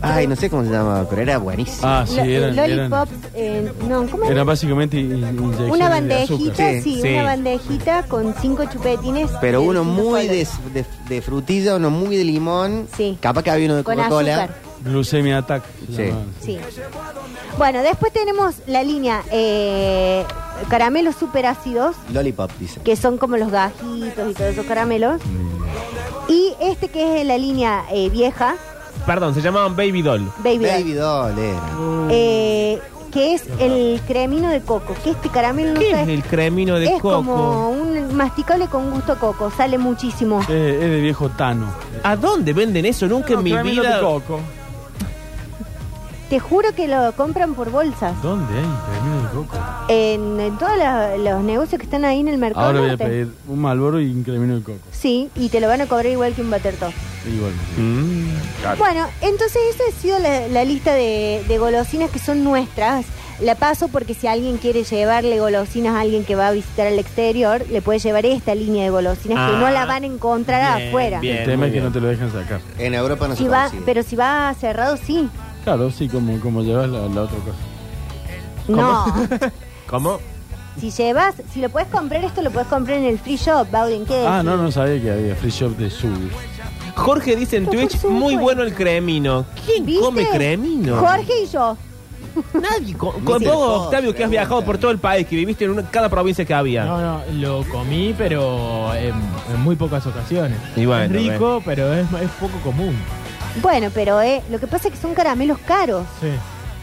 Speaker 1: Ay, no sé cómo se llama, pero era buenísimo.
Speaker 5: Ah, sí,
Speaker 3: lo- eh,
Speaker 5: eran. eran,
Speaker 3: lollipops, eh, no, ¿cómo era?
Speaker 5: eran básicamente in- inyecciones
Speaker 3: Una
Speaker 5: de azúcar.
Speaker 3: bandejita, sí,
Speaker 1: Sí,
Speaker 2: sí.
Speaker 3: una bandejita con cinco chupetines.
Speaker 1: Pero
Speaker 3: de
Speaker 1: uno
Speaker 3: distintos
Speaker 1: muy de,
Speaker 3: colores.
Speaker 1: de- de frutilla, uno muy de limón.
Speaker 3: Sí.
Speaker 1: Capaz que había uno de
Speaker 3: Con
Speaker 1: Coca-Cola.
Speaker 3: azúcar.
Speaker 5: Glucemia attack. se
Speaker 1: Sí.
Speaker 5: llamaban.
Speaker 3: Sí. Bueno, después tenemos la línea eh, caramelos superácidos,
Speaker 1: Lollipop, dice.
Speaker 3: que son como los gajitos y todos esos caramelos. Y este que es la línea eh, vieja,
Speaker 2: Perdón, se llamaban Baby Doll.
Speaker 3: Baby, Doll,
Speaker 1: Baby doll era.
Speaker 3: eh, que es el cremino de coco, que este caramelo no
Speaker 2: ¿Qué es
Speaker 3: sabe-
Speaker 2: el cremino de
Speaker 3: es
Speaker 2: coco?
Speaker 3: como un masticable con gusto a coco, sale muchísimo.
Speaker 5: Es, Eh, es de viejo Tano.
Speaker 2: ¿A dónde venden eso? Nunca en mi
Speaker 5: Tráemelo de
Speaker 2: vida.
Speaker 5: coco.
Speaker 3: Te juro que lo compran por bolsas.
Speaker 5: ¿Dónde hay cremino de coco?
Speaker 3: En, en todos los, los negocios que están ahí en el mercado.
Speaker 5: Ahora voy a
Speaker 3: norte.
Speaker 5: pedir un malboro y un cremino de coco.
Speaker 3: Sí, y te lo van a cobrar igual que un butter toast.
Speaker 5: Igual.
Speaker 2: Mm.
Speaker 3: Bueno, entonces esa ha sido la, la lista de, de golosinas que son nuestras. La paso porque si alguien quiere llevarle golosinas a alguien que va a visitar al exterior, le puede llevar esta línea de golosinas que
Speaker 2: Ah,
Speaker 3: no la van a encontrar
Speaker 2: bien,
Speaker 3: afuera.
Speaker 2: bien.
Speaker 5: El tema
Speaker 2: muy
Speaker 5: es que
Speaker 2: bien.
Speaker 5: no te lo dejan sacar.
Speaker 1: En Europa no
Speaker 3: Si
Speaker 1: se
Speaker 3: va,
Speaker 1: consigue.
Speaker 3: pero si va cerrado, sí.
Speaker 5: Claro, sí, como, como llevas la, la otra cosa.
Speaker 3: No.
Speaker 2: ¿Cómo?
Speaker 3: Si llevas, si lo puedes comprar, esto lo puedes comprar en el free shop, Bauden. ¿qué
Speaker 5: Ah,
Speaker 3: decís?
Speaker 5: no, no sabía que había free shop de subi.
Speaker 2: Jorge dice en
Speaker 3: Pero
Speaker 2: Twitch,
Speaker 3: por
Speaker 2: muy
Speaker 3: supuesto.
Speaker 2: bueno el cremino. ¿Quién
Speaker 3: ¿Viste?
Speaker 2: come cremino?
Speaker 3: Jorge y yo.
Speaker 2: Nadie. co- Con
Speaker 1: Dice
Speaker 2: vos,
Speaker 1: Jorge,
Speaker 2: Octavio, que has viajado
Speaker 1: pregunta.
Speaker 2: por todo el país, que viviste en una- cada provincia que había.
Speaker 4: No, no, lo comí, pero en, en muy pocas ocasiones.
Speaker 2: Y bueno,
Speaker 4: es rico, pero es, es poco común.
Speaker 3: Bueno, pero eh, lo que pasa es que son caramelos caros.
Speaker 4: Sí.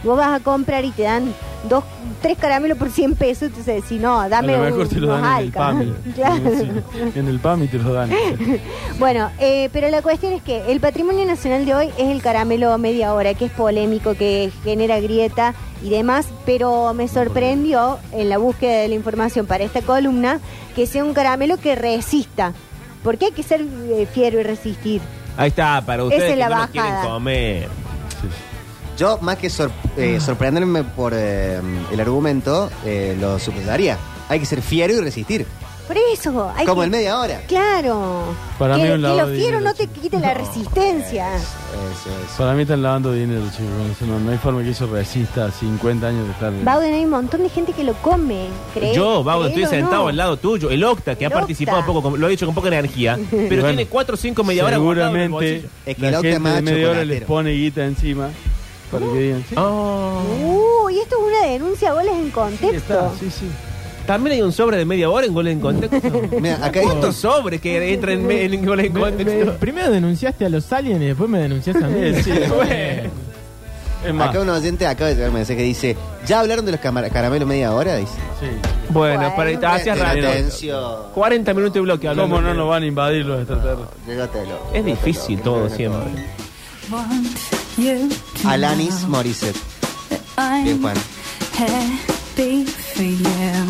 Speaker 3: Vos vas a comprar y te dan dos, tres caramelos por 100 pesos, entonces decís, no, dame
Speaker 5: a lo mejor
Speaker 3: un-
Speaker 5: te lo
Speaker 3: unos
Speaker 5: dan en el
Speaker 3: Alca.
Speaker 5: PAMI.
Speaker 3: Claro.
Speaker 5: Sí, En el PAMI te lo dan.
Speaker 3: Bueno, eh, pero la cuestión es que el patrimonio nacional de hoy es el caramelo media hora, que es polémico, que genera grieta y demás, pero me sorprendió en la búsqueda de la información para esta columna que sea un caramelo que resista. Porque hay que ser eh, fiero y resistir.
Speaker 2: Ahí está, para ustedes
Speaker 3: Esa es
Speaker 2: que
Speaker 3: la
Speaker 2: no nos quieren
Speaker 3: bajada.
Speaker 2: comer.
Speaker 1: Yo, más que sor-
Speaker 3: Ah.
Speaker 1: eh, sorprenderme por eh, el argumento, eh, lo superaría. Hay que ser fiero y resistir.
Speaker 3: Por eso, hay
Speaker 1: como
Speaker 3: que-
Speaker 1: en media hora.
Speaker 3: Claro.
Speaker 5: Para
Speaker 3: que,
Speaker 5: mí un
Speaker 3: que
Speaker 5: lavado
Speaker 3: lo
Speaker 5: de
Speaker 3: fiero
Speaker 5: dinero,
Speaker 3: no te quite la resistencia.
Speaker 1: Eso, eso.
Speaker 5: Para mí están lavando dinero, chicos. No, no hay forma que eso resista a 50 años de estar.
Speaker 3: Bauden, hay un montón de gente que lo come, ¿crees?
Speaker 2: Yo, Babo, estoy sentado al lado tuyo. El Octa, que
Speaker 3: El
Speaker 2: ha participado
Speaker 3: Octa.
Speaker 2: poco, con- lo ha dicho con poca energía, pero
Speaker 5: Bueno,
Speaker 2: tiene 4 o 5 media hora guardado en el
Speaker 5: Seguramente
Speaker 2: bolsillo.
Speaker 1: Es que el
Speaker 5: la
Speaker 1: Octa es
Speaker 5: gente
Speaker 1: más
Speaker 5: de media hora les
Speaker 1: chocolatero.
Speaker 5: pone guita encima para que digan. Sí,
Speaker 2: Ah.
Speaker 3: Uy, esto es una denuncia, goles en
Speaker 5: sí,
Speaker 3: contexto.
Speaker 5: está, sí, sí.
Speaker 2: También hay un sobre de media hora en Gol en Contexto.
Speaker 1: Mira, acá hay
Speaker 2: ¿Cuántos sobres que entran en, me- en Gol en
Speaker 4: Me- me-
Speaker 2: Contexto?
Speaker 4: Eh, primero denunciaste a los aliens y después me denunciaste a mí.
Speaker 5: Sí, sí,
Speaker 4: Bueno.
Speaker 5: Es más.
Speaker 1: Acá un oyente acaba de llegar un mensaje que dice, ¿ya hablaron de los camar- caramelos media hora? Dice.
Speaker 5: Sí.
Speaker 2: Bueno, para
Speaker 3: Bueno,
Speaker 2: hacía
Speaker 1: Presten
Speaker 2: rato.
Speaker 1: atención.
Speaker 2: 40 minutos de bloque hablando.
Speaker 5: ¿Cómo no nos van a invadir los extraterrestres?
Speaker 1: Llévatelo,
Speaker 2: Es
Speaker 1: llévatelo,
Speaker 2: difícil
Speaker 1: que
Speaker 2: todo
Speaker 1: llévatelo.
Speaker 2: siempre.
Speaker 7: You
Speaker 1: Alanis Morissette.
Speaker 7: I'm
Speaker 1: Bien, Juan.
Speaker 7: happy for you.